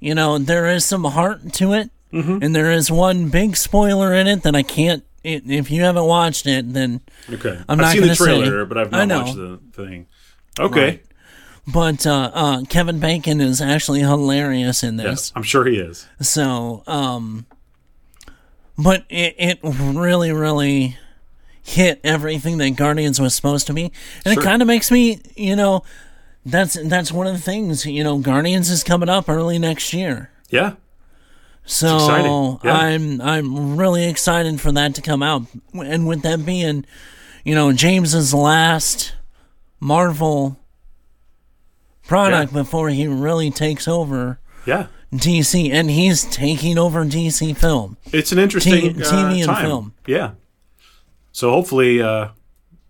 S2: You know, there is some heart to it,
S1: Mm-hmm.
S2: and there is one big spoiler in it that I can't. It, if you haven't watched it, then
S1: Okay. have
S2: I'm not
S1: seen the
S2: gonna say.
S1: trailer, but I've
S2: I
S1: not
S2: know.
S1: watched the thing. Okay.
S2: But uh, uh, Kevin Bacon is actually hilarious in
S1: Yes.
S2: this.
S1: I'm sure he is.
S2: So, um, but it, it really, really hit everything that Guardians was supposed to be, and
S1: Sure.
S2: it kind of makes me, you know, that's that's one of the things. You know, Guardians is coming up early next year,
S1: Yeah. exciting.
S2: so
S1: Yeah.
S2: I'm I'm really excited for that to come out, and with that being, you know, James's last Marvel product before he really takes over.
S1: Yeah.
S2: DC, and he's taking over DC film.
S1: It's an interesting
S2: T-
S1: uh,
S2: TV and
S1: time.
S2: film.
S1: Yeah. So hopefully uh,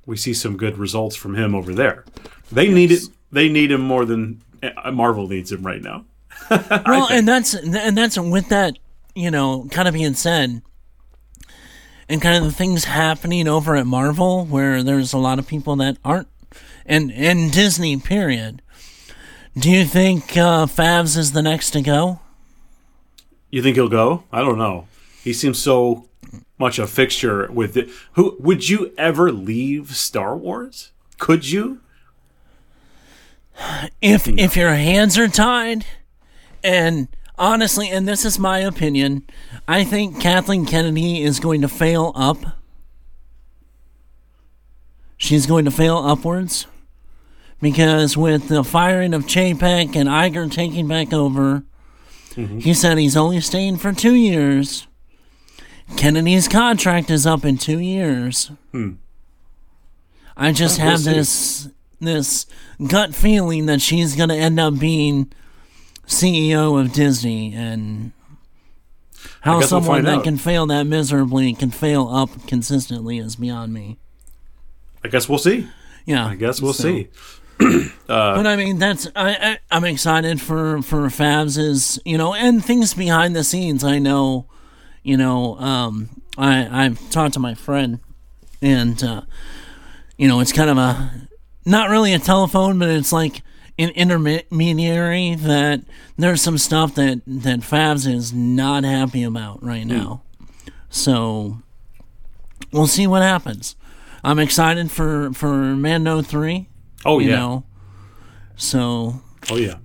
S1: we see some good results from him over there. They need it. They need him more than uh, Marvel needs him right now.
S2: Well, and that's and that's with that, you know, kind of being said, and kind of the things happening over at Marvel, where there's a lot of people that aren't, and and Disney. Period. Do you think uh, Favs is the next to go?
S1: You think he'll go? I don't know. He seems so much a fixture with it. Who would you ever leave Star Wars? Could you?
S2: if if your hands are tied and honestly and this is my opinion i think kathleen kennedy is going to fail up she's going to fail upwards because with the firing of chapek and Iger taking back over
S1: Mm-hmm.
S2: he said he's only staying for two years kennedy's contract is up in two years i just
S1: Hmm. Well,
S2: have
S1: we'll see.
S2: this this gut feeling that she's going to end up being CEO E of Disney and how
S1: guess we'll
S2: someone
S1: find
S2: that
S1: out.
S2: can fail that miserably and can fail up consistently is beyond me.
S1: I guess we'll see.
S2: Yeah,
S1: I guess we'll see.
S2: but I mean, that's I, I I'm excited for for Fabs is you know and things behind the scenes. I know, you know, um, I I've talked to my friend, and uh, you know, it's kind of a not really a telephone, but it's like an intermediary that there's some stuff that that Fabs is not happy about right now. So we'll see what happens. I'm excited for for Mando three.
S1: Oh
S2: You
S1: yeah.
S2: know, so
S1: Oh yeah.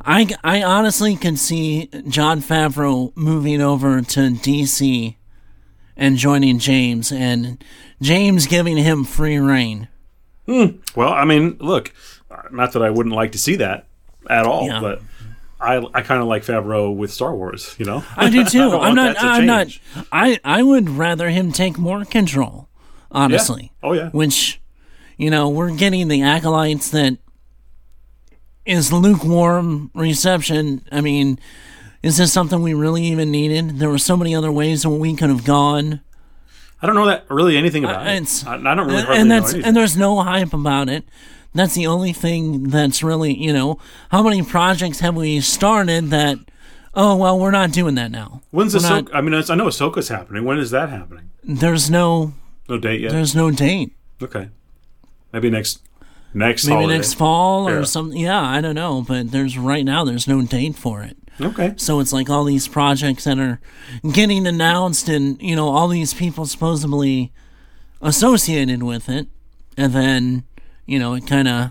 S2: I, I honestly can see John Favreau moving over to DC and joining James, and James giving him free reign.
S1: Well, I mean, look, not that I wouldn't like to see that at all,
S2: Yeah.
S1: but I I kind of like Favreau with Star Wars, you know.
S2: I do too.
S1: don't
S2: I'm
S1: want
S2: not.
S1: that to
S2: I'm not.
S1: change.
S2: I I would rather him take more control, honestly.
S1: Oh yeah.
S2: Which, you know, we're getting the acolytes that is lukewarm reception. I mean, is this something we really even needed? There were so many other ways that we could have gone.
S1: I don't know that really anything about
S2: Uh,
S1: it.
S2: it's-
S1: I, I don't really hardly
S2: and
S1: know
S2: that's
S1: anything.
S2: and there's no hype about it. That's the only thing that's really you know how many projects have we started that oh well we're not doing that now.
S1: When's
S2: we're
S1: Ahsoka? I mean, it's- I know Ahsoka's happening. When is that happening?
S2: There's no
S1: No date yet.
S2: there's no date.
S1: Okay. Maybe next next
S2: Maybe
S1: holiday.
S2: next fall or
S1: Yeah.
S2: something. Yeah, I don't know, but there's right now there's no date for it.
S1: Okay.
S2: So it's like all these projects that are getting announced and, you know, all these people supposedly associated with it. And then, you know, it kind of,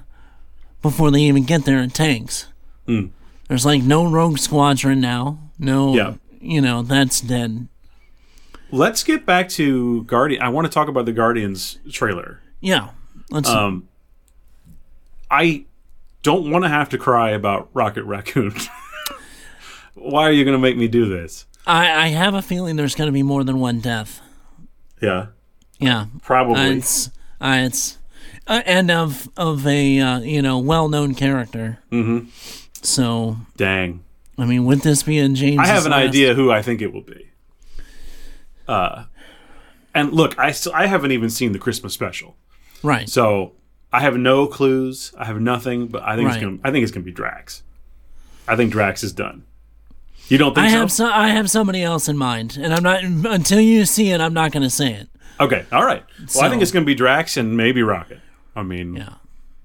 S2: before they even get there, it tanks.
S1: Hmm.
S2: There's like no Rogue Squadron now. No,
S1: Yeah.
S2: you know, that's dead.
S1: Let's get back to Guardian. I want to talk about the Guardians trailer.
S2: Yeah. Let's,
S1: Um, I don't want to have to cry about Rocket Raccoon. Why are you going to make me do this?
S2: I, I have a feeling there's going to be more than one death.
S1: Yeah,
S2: Yeah. Uh,
S1: probably.
S2: it's, uh, it's, uh, and of, of a, uh, you know, well known character. Mm hmm.
S1: Mm-hmm.
S2: So,
S1: Dang.
S2: I mean, would this be in James?
S1: I have an idea who I think it will be. Uh, and look, I still I haven't even seen the Christmas special,
S2: Right.
S1: so I have no clues. I have nothing, but I think
S2: Right.
S1: it's gonna I think it's gonna be Drax. I think Drax is done. You don't think
S2: I
S1: so?
S2: have so I have somebody else in mind, and I'm not until you see it. I'm not going to say it.
S1: Okay, all right. Well, I
S2: So-
S1: think it's going to be Drax and maybe Rocket. I mean,
S2: Yeah.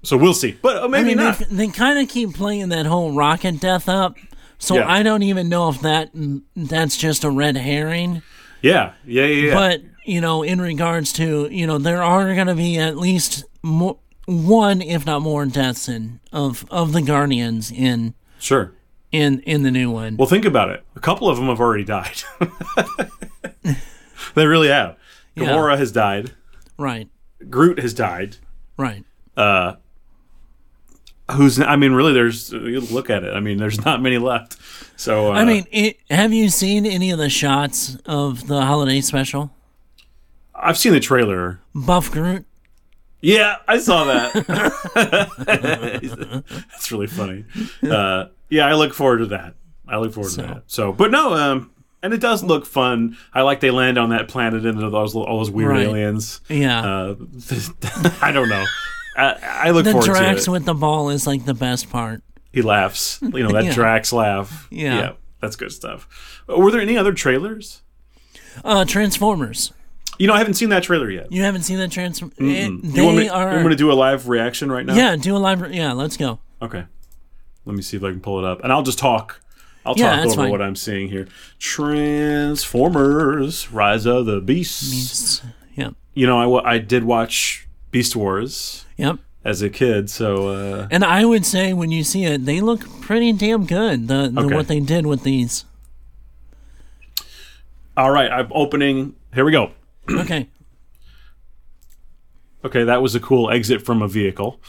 S1: So we'll see, but uh,
S2: I
S1: maybe
S2: mean,
S1: not.
S2: they, they kind of keep playing that whole rocket death up, so
S1: Yeah.
S2: I don't even know if that that's just a red herring.
S1: Yeah, yeah, yeah. yeah.
S2: But you know, in regards to you know, there are going to be at least mo one, if not more, deaths in of of the Guardians in
S1: sure.
S2: in in the new one.
S1: Well, think about it. A couple of them have already died. they really have.
S2: Yeah.
S1: Gamora has died.
S2: right.
S1: Groot has died.
S2: Right.
S1: Who's? I mean, really, there's. uh, You look at it. I mean, there's not many left. So uh,
S2: I mean, it, have you seen any of the shots of the holiday special?
S1: I've seen the trailer.
S2: Buff Groot.
S1: Yeah, I saw that. That's really funny. Uh, yeah, I look forward to that. I look forward to that. So, but no, um, and it does look fun. I like they land on that planet and those all those weird
S2: Right.
S1: aliens.
S2: Yeah.
S1: Uh, I don't know. I, I look
S2: the
S1: forward
S2: Drax
S1: to it.
S2: with the ball is like the best part.
S1: He laughs. You know that
S2: Yeah.
S1: Drax laugh.
S2: Yeah.
S1: that's good stuff. Uh, Were there any other trailers?
S2: Uh, Transformers.
S1: You know, I haven't seen that trailer yet.
S2: You haven't seen that transform? It,
S1: you want
S2: they
S1: me,
S2: are.
S1: I'm going to do a live reaction right now.
S2: yeah, do a live. Yeah, let's go.
S1: Okay. Let me see if I can pull it up, and I'll just talk. I'll
S2: Yeah,
S1: talk
S2: that's
S1: over
S2: fine.
S1: what I'm seeing here. Transformers: Rise of the Beasts.
S2: Yep.
S1: You know, I wa- I did watch Beast Wars
S2: Yep.
S1: as a kid, so uh,
S2: And I would say when you see it, they look pretty damn good. The, the
S1: Okay.
S2: what they did with these.
S1: all right. I'm opening. Here we go.
S2: okay.
S1: Okay, that was a cool exit from a vehicle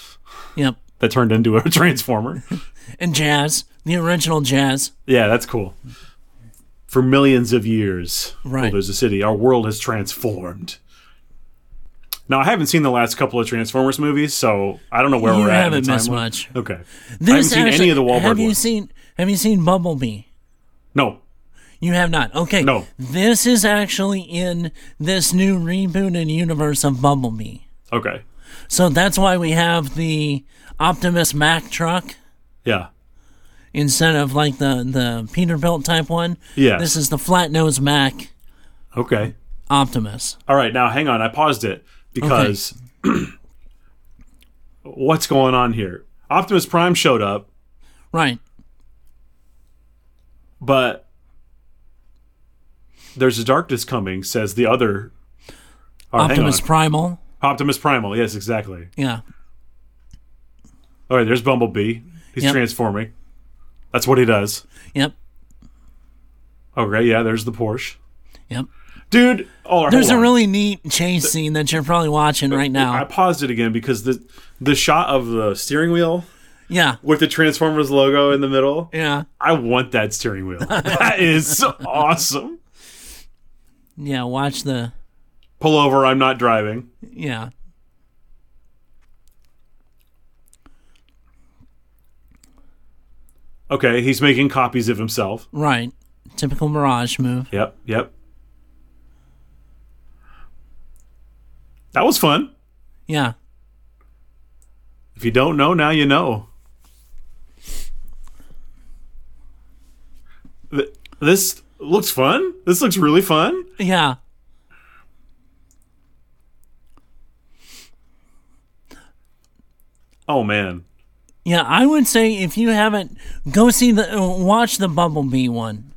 S2: Yep.
S1: that turned into a transformer.
S2: And Jazz, the original Jazz.
S1: yeah, that's cool. For millions of years, well,
S2: Right.
S1: there's a city. Our world has transformed. Now, I haven't seen the last couple of Transformers movies, so I don't know where
S2: You
S1: we're at. in
S2: haven't
S1: the
S2: missed
S1: timeline.
S2: much.
S1: Okay.
S2: This
S1: I haven't seen any of the Wahlberg
S2: Have you
S1: ones.
S2: seen? Have you seen Bumblebee?
S1: No.
S2: You have not. Okay.
S1: No.
S2: This is actually in this new rebooted universe of Bumblebee.
S1: Okay.
S2: So that's why we have the Optimus Mac truck
S1: Yeah.
S2: instead of like the, the Peterbilt type one.
S1: Yes.
S2: This is the flat nose Mac
S1: Okay.
S2: Optimus.
S1: All right. Now, hang on. I paused it because what's going on here? Optimus Prime showed up,
S2: Right.
S1: but there's a darkness coming, says the other. Oh, hang
S2: Optimus
S1: on.
S2: Primal.
S1: Optimus Primal. Yes, exactly.
S2: Yeah.
S1: All right, there's Bumblebee. He's
S2: Yep.
S1: transforming. That's what he does.
S2: Yep.
S1: Okay, yeah, there's the Porsche.
S2: Yep.
S1: Dude, oh, hold
S2: There's a
S1: on.
S2: really neat chase scene that you're probably watching right
S1: I
S2: now.
S1: paused it again because the the shot of the steering wheel
S2: Yeah.
S1: with the Transformers logo in the middle.
S2: Yeah.
S1: I want that steering wheel. that is awesome.
S2: Yeah. Watch the.
S1: Pull over, I'm not driving.
S2: Yeah.
S1: Okay, he's making copies of himself.
S2: Right. Typical Mirage move.
S1: Yep, yep. That was fun.
S2: Yeah.
S1: If you don't know, now you know. Th- This looks fun. This looks really fun.
S2: Yeah.
S1: Oh man.
S2: Yeah. I would say if you haven't, go see the uh, watch the Bumblebee one,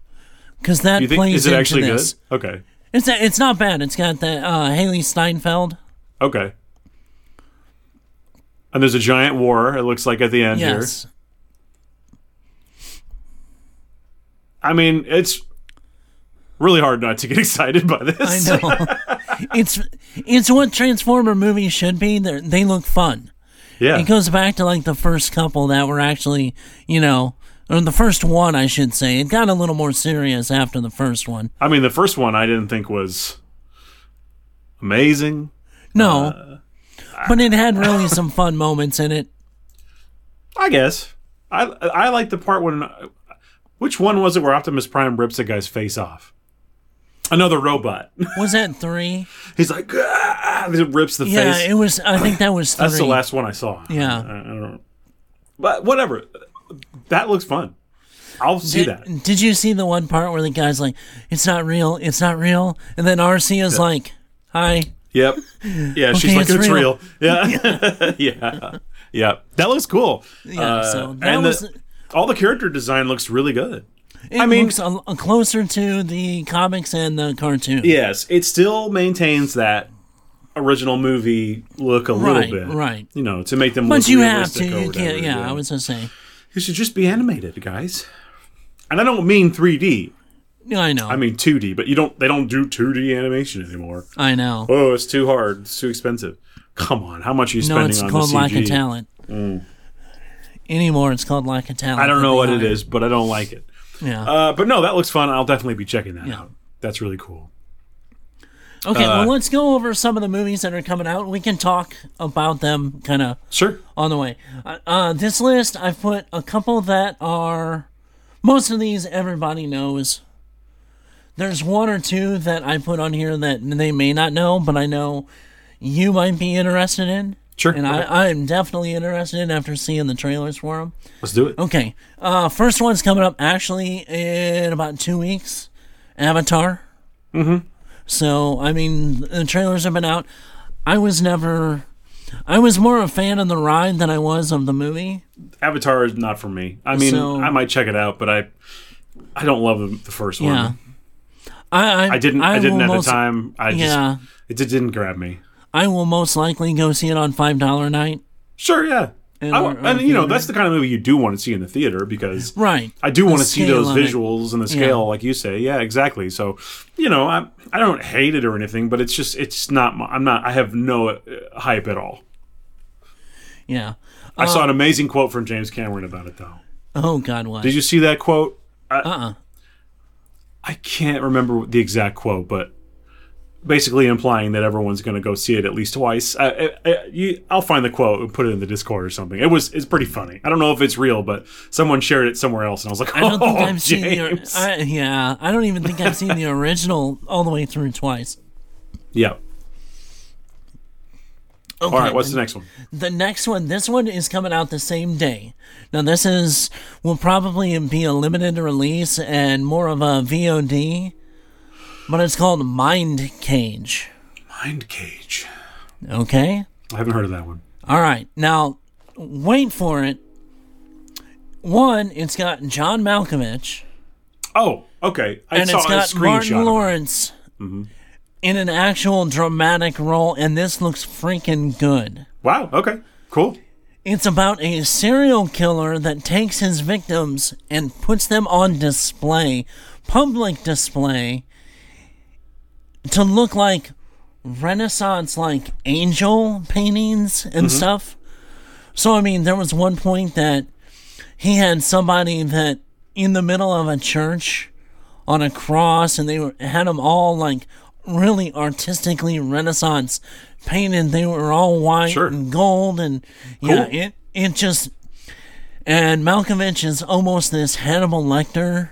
S2: because that
S1: You think
S2: plays
S1: is it
S2: into
S1: actually
S2: this.
S1: good? Okay.
S2: It's it's not bad. It's got that uh, Haley Steinfeld.
S1: Okay. And there's a giant war, it looks like at the end here.
S2: Yes.
S1: I mean, it's really hard not to get excited by
S2: I
S1: this.
S2: know. it's it's what Transformer movies should be. They're, they look fun.
S1: yeah.
S2: It goes back to like the first couple that were actually, you know, or the first one, I should say. It got a little more serious after the first one.
S1: I mean, the first one I didn't think was amazing.
S2: No,
S1: Uh,
S2: but it had really some fun moments in it.
S1: I guess. I I like the part when. Which one was it where Optimus Prime rips a guy's face off? Another robot.
S2: Was that three?
S1: He's like, ah, it rips the
S2: Yeah,
S1: face.
S2: it was. I think that was three.
S1: That's the last one I saw.
S2: Yeah.
S1: I, I don't. But whatever. That looks fun. I'll see
S2: Did,
S1: that.
S2: did you see the one part where the guy's like, "It's not real, it's not real," and then RC is like, "Hi."
S1: Yep. Yeah, she's
S2: Okay,
S1: like,
S2: it's
S1: it's, real.
S2: real."
S1: Yeah. yeah. Yeah. That looks cool. Uh,
S2: Yeah, so that
S1: and the-
S2: was-
S1: all the character design looks really good.
S2: It
S1: I mean-
S2: looks a, a closer to the comics and the cartoon.
S1: Yes, it still maintains that original movie look a
S2: Right,
S1: little bit.
S2: right.
S1: You know, to make them
S2: but
S1: look
S2: you have
S1: realistic
S2: to.
S1: or
S2: You
S1: whatever.
S2: can't. Yeah, I was just saying.
S1: It should just be animated, guys. And I don't mean 3D.
S2: Yeah, I know.
S1: I mean 2D, but you don't they don't do 2D animation anymore.
S2: I know.
S1: Oh, it's too hard. It's too expensive. Come on, how much are you
S2: No,
S1: spending
S2: it's
S1: on
S2: called
S1: the
S2: Lack
S1: CG?
S2: of Talent. Anymore, it's called Lack of Talent.
S1: I don't
S2: but
S1: know
S2: they
S1: what it
S2: are-
S1: is, but I don't like it.
S2: Yeah.
S1: Uh, but no, that looks fun. I'll definitely be checking that
S2: Yeah.
S1: out. That's really cool.
S2: okay,
S1: Uh,
S2: well, let's go over some of the movies that are coming out. We can talk about them kind of
S1: Sure.
S2: on the way. Uh, uh, this list, I've put a couple that are. Most of these everybody knows. There's one or two that I put on here that they may not know, but I know you might be interested in.
S1: Sure.
S2: And I, I am definitely interested in after seeing the trailers for them.
S1: Let's do it.
S2: Okay. Uh, first one's coming up actually in about two weeks. Avatar. Mm-hmm. So I mean, the trailers have been out. I was never. I was more a fan of the ride than I was of the movie.
S1: Avatar is not for me. I mean,
S2: So-
S1: I might check it out, but I I don't love the, the first one.
S2: Yeah. I I,
S1: I didn't. I, didn't
S2: will
S1: at
S2: most,
S1: the time. I
S2: Yeah.
S1: just it just didn't grab me.
S2: I will most likely go see it on five dollar night.
S1: Sure, yeah.
S2: And
S1: I,
S2: or-
S1: and
S2: or
S1: you know that's the kind of movie you do want to see in the theater because
S2: Right.
S1: I do
S2: The
S1: want to see
S2: scale
S1: those
S2: of it.
S1: visuals and the scale, like you say. Yeah, exactly. So, you know, I I don't hate it or anything, but it's just it's not. My, I'm not. I have no uh, hype at all.
S2: Yeah.
S1: I saw
S2: Um,
S1: an amazing quote from James Cameron about it, though.
S2: Oh God, what?
S1: Did you see that quote?
S2: uh uh
S1: I can't remember the exact quote, but basically implying that everyone's going to go see it at least twice. I, I, I, you, I'll find the quote and put it in the Discord or something. It was it's pretty funny. I don't know if it's real, but someone shared it somewhere else, and I was like,
S2: I don't
S1: oh,
S2: think I've seen the.
S1: James.
S2: I, yeah, I don't even think I've seen the original all the way through twice.
S1: yeah.
S2: Okay,
S1: All right. What's the next one?
S2: The next one, this one is coming out the same day. Now, this is will probably be a limited release and more of a VOD, but it's called Mind Cage.
S1: Mind Cage.
S2: Okay,
S1: I haven't heard of that one.
S2: all right. Now, wait for it One, it's got John Malkovich
S1: Oh, okay. I
S2: and
S1: saw
S2: it's
S1: a
S2: got
S1: screenshot.
S2: Martin
S1: of it. Mm-hmm.
S2: Lawrence in an actual dramatic role, and this looks freaking good.
S1: Wow. Okay. Cool.
S2: It's about a serial killer that takes his victims and puts them on display, public display, to look like Renaissance like angel paintings and stuff. So, I mean, there was one point that he had somebody that in the middle of a church on a cross, and they were, had them all like really artistically Renaissance painted. They were all white
S1: Sure.
S2: and gold, and yeah,
S1: Cool.
S2: it it just and Malkovich is almost this Hannibal Lecter,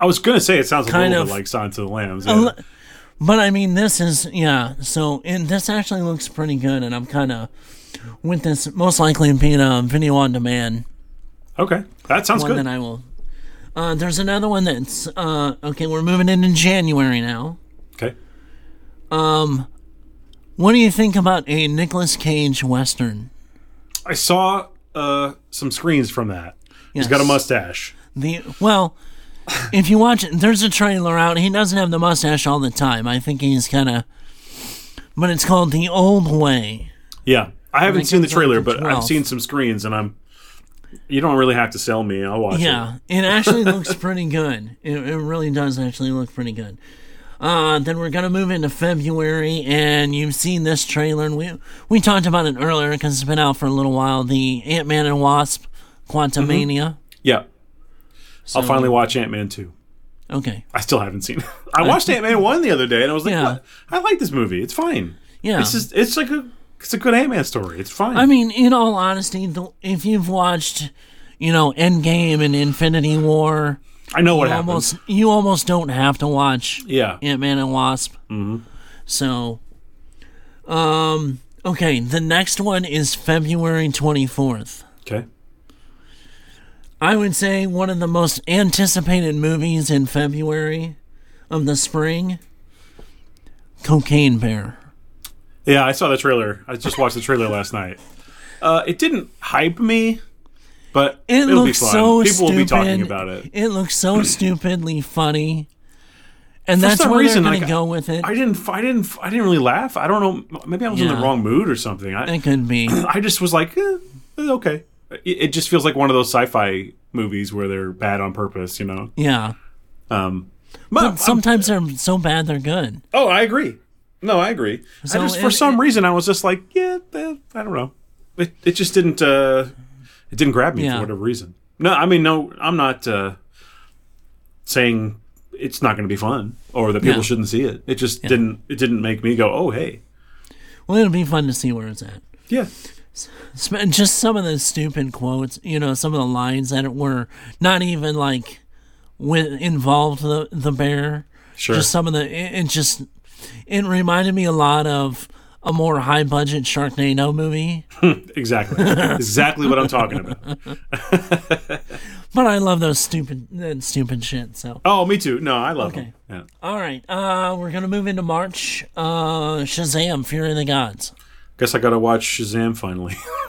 S1: I was gonna say it sounds a
S2: Kind
S1: little
S2: of-
S1: bit like Silence of the Lambs.
S2: A
S1: yeah.
S2: li- but I mean this is yeah. So and this actually looks pretty good, and I'm kind of with this most likely being a video on demand
S1: okay, that sounds
S2: one
S1: good.
S2: that I will. Uh, there's another one that's uh, okay. We're moving into January now.
S1: okay.
S2: What do you think about a Nicolas Cage western?
S1: I saw uh, some screens from that.
S2: Yes.
S1: He's got a mustache.
S2: The well, if you watch, it, there's a trailer out. He doesn't have the mustache all the time. I think he's kind of, but it's called the old way.
S1: Yeah, I haven't seen the
S2: comes out
S1: trailer,
S2: the
S1: but I've
S2: 12th.
S1: seen some screens, and I'm. You don't really have to sell me. I'll watch it.
S2: Yeah, it actually looks pretty good. It, it really does actually look pretty good. Uh, then we're gonna move into February, and you've seen this trailer, and we we talked about it earlier because it's been out for a little while. The Ant Man and Wasp, Quantumania. Mania.
S1: Yeah, I'll finally watch Ant Man two.
S2: Okay,
S1: I still haven't seen. it. I watched Ant Man one the other day, and I was like,
S2: Yeah.
S1: "What? I like this movie. It's fine.
S2: yeah.
S1: It's just it's like a it's a good Ant Man story. It's fine.
S2: I mean, in all honesty, the, if you've watched, you know, Endgame and Infinity War,
S1: I know what happens.
S2: almost you almost don't have to watch
S1: Yeah.
S2: Ant Man and Wasp. Mm-hmm. So, um, okay, the next one is February twenty fourth.
S1: Okay.
S2: I would say one of the most anticipated movies in February of the spring. Cocaine Bear.
S1: Yeah, I saw the trailer. I just watched the trailer last night. Uh, it didn't hype me, but
S2: It
S1: will
S2: looks
S1: be fun.
S2: so
S1: People
S2: stupid.
S1: will be talking about it.
S2: It looks so stupidly funny, and that's
S1: some
S2: where
S1: reason,
S2: they're going
S1: like,
S2: to go with it.
S1: I didn't. f- I didn't. f- I didn't really laugh. I don't know. Maybe I was in
S2: Yeah.
S1: the wrong mood or something. I,
S2: it could be.
S1: I just was like, eh, eh, okay. It, it just feels like one of those sci-fi movies where they're bad on purpose, you know.
S2: Yeah.
S1: Um, but I'm-
S2: Sometimes they're so bad they're good.
S1: oh, I agree. No, I agree.
S2: So
S1: I just for
S2: it-
S1: some reason I was just like, yeah, eh, I don't know. It it just didn't. Uh, it didn't grab me
S2: Yeah.
S1: for whatever reason. No, I mean, no, I'm not uh, saying it's not going to be fun or that people
S2: No.
S1: shouldn't see it. It just didn't. It didn't make me go, oh hey,
S2: Well, it'll be fun to see where it's at.
S1: yeah.
S2: Sp- Just some of the stupid quotes, you know, some of the lines that were not even like with involved the the bear.
S1: Sure.
S2: Just some of the it, it just it reminded me a lot of a more high budget Sharknado movie.
S1: Exactly. exactly what I'm talking about.
S2: But I love those stupid that stupid shit. So
S1: Oh, me too. No, I love
S2: Okay.
S1: them. Yeah.
S2: all right, uh, we're gonna move into March. Uh, Shazam! Fury of the Gods.
S1: Guess I gotta watch Shazam finally.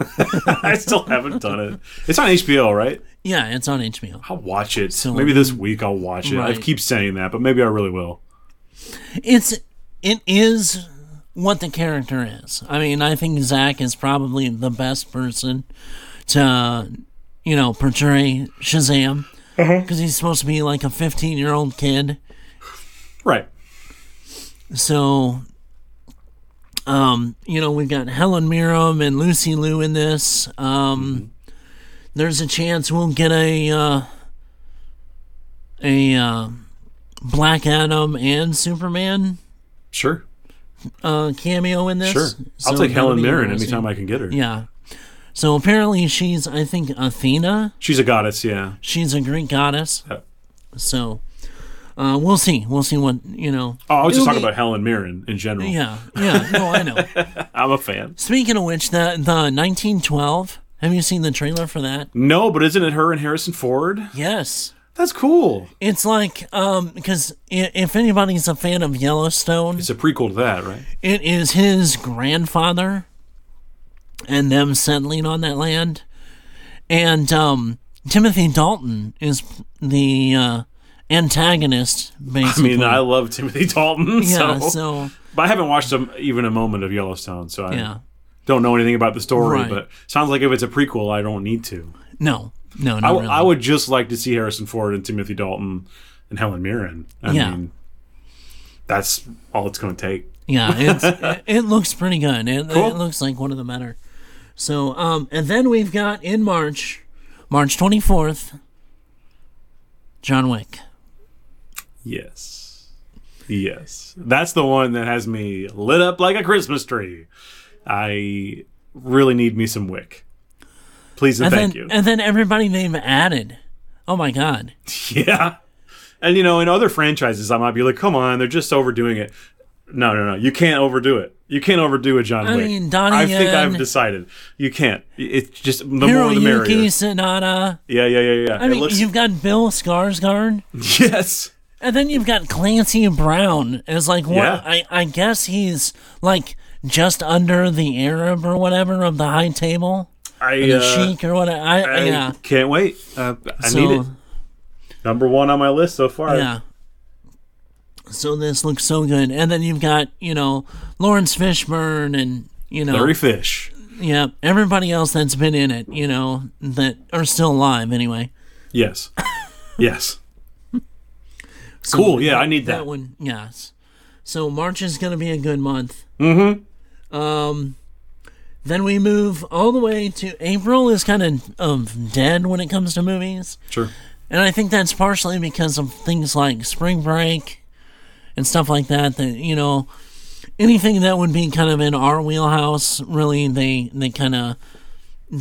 S1: I still haven't done it. It's on HBO, right?
S2: Yeah, it's on HBO.
S1: I'll watch it. maybe this week I'll watch it.
S2: Right.
S1: I keep saying that, but maybe I really will.
S2: It's it is what the character is. I mean, I think Zach is probably the best person to you know portray Shazam because he's supposed to be like a 15 year old kid.
S1: Right.
S2: So, um, you know, we've got Helen Mirren and Lucy Liu in this. Um, There's a chance we'll get a uh, a uh, Black Adam and Superman
S1: Sure.
S2: uh, cameo in this.
S1: Sure.
S2: So
S1: I'll take
S2: that'll
S1: Helen
S2: be
S1: Mirren
S2: interesting.
S1: anytime I can get her.
S2: Yeah. So apparently she's, I think, Athena.
S1: She's a goddess, yeah.
S2: She's a Greek goddess.
S1: Yeah.
S2: So uh, we'll see. We'll see what you know.
S1: Oh, I was just
S2: It'll
S1: talking about Helen Mirren in general.
S2: be- Yeah, yeah. No, I know.
S1: I'm a fan.
S2: Speaking of which, the the nineteen twelve. Have you seen the trailer for that?
S1: No, but isn't it her and Harrison Ford?
S2: Yes.
S1: That's cool.
S2: It's like um because if anybody's a fan of Yellowstone,
S1: It's a prequel to that, right?
S2: it is his grandfather and them settling on that land and um Timothy Dalton is the uh, antagonist.
S1: I
S2: Basically,
S1: mean, I love Timothy Dalton.
S2: yeah.
S1: so.
S2: So,
S1: But I haven't watched some, even a moment of Yellowstone, so I
S2: yeah,
S1: don't know anything about the story.
S2: Right.
S1: But sounds like if it's a prequel, I don't need to.
S2: no, no,
S1: I,
S2: not
S1: w-
S2: really.
S1: I would just like to see Harrison Ford and Timothy Dalton and Helen Mirren. I
S2: Yeah.
S1: mean, that's all it's going to take.
S2: Yeah, it's, it, it looks pretty good. It,
S1: Cool.
S2: it looks like one of the better. So, um, and then we've got in March, March 24th, John Wick.
S1: Yes. Yes. That's the one that has me lit up like a Christmas tree. I really need me some wick. Please and,
S2: And
S1: thank
S2: then,
S1: you.
S2: and then everybody they've added. Oh my God.
S1: yeah. And you know, in other franchises I might be like, come on, they're just overdoing it. No, no, no. You can't overdo it. You can't overdo a John
S2: I
S1: Wick.
S2: mean, Donnie
S1: I think
S2: Yen-
S1: I've decided. You can't. It's just the more the merrier.
S2: Hiroyuki Sanada.
S1: Yeah, yeah, yeah, yeah.
S2: I
S1: it
S2: mean,
S1: looks
S2: you've got Bill Skarsgård,
S1: yes.
S2: and then you've got Clancy Brown as like one.
S1: Yeah.
S2: I I guess he's like just under the Arab or whatever of the high table,
S1: I,
S2: the
S1: uh,
S2: sheik or whatever. I,
S1: I
S2: yeah.
S1: can't wait. Uh, I
S2: So-
S1: need it. Number one on my list so far.
S2: Yeah. So this looks so good, and then you've got you know Lawrence Fishburne and you know
S1: Larry Fish.
S2: yeah everybody else that's been in it you know that are still alive anyway.
S1: Yes. yes.
S2: So
S1: Cool. Yeah, I need
S2: that
S1: that.
S2: one yes. So March is going to be a good month. Mm-hmm. Um, then we move all the way to April is kind of of dead when it comes to movies.
S1: Sure.
S2: And I think that's partially because of things like spring break and stuff like that. That you know, anything that would be kind of in our wheelhouse, really, they they kind of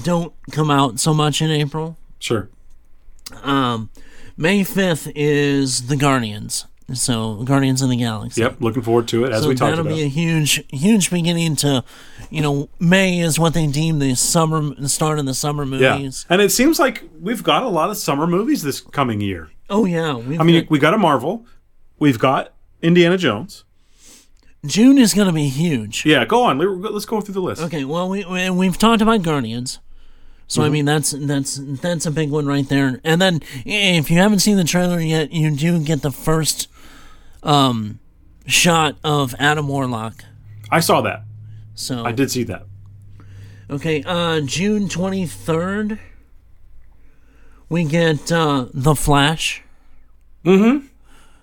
S2: don't come out so much in April.
S1: Sure.
S2: May fifth is the Guardians, so Guardians of the Galaxy.
S1: Yep. Looking forward to it as
S2: So
S1: we talked
S2: that'll
S1: about.
S2: be a huge, huge beginning to, you know, May is what they deem the summer, the start of the summer
S1: yeah.
S2: movies.
S1: And it seems like we've got a lot of summer movies this coming year.
S2: Oh yeah, we've
S1: I mean, we got a Marvel. We've got Indiana Jones.
S2: June is going to be huge.
S1: Yeah. Go on. Let- Let's go through the list.
S2: Okay, well we, we we've talked about Guardians. So
S1: Mhm.
S2: I mean that's that's that's a big one right there. And then if you haven't seen the trailer yet, you do get the first um shot of Adam Warlock.
S1: I saw that.
S2: So
S1: I did see that.
S2: okay, uh June 23rd we get uh The Flash. Mhm.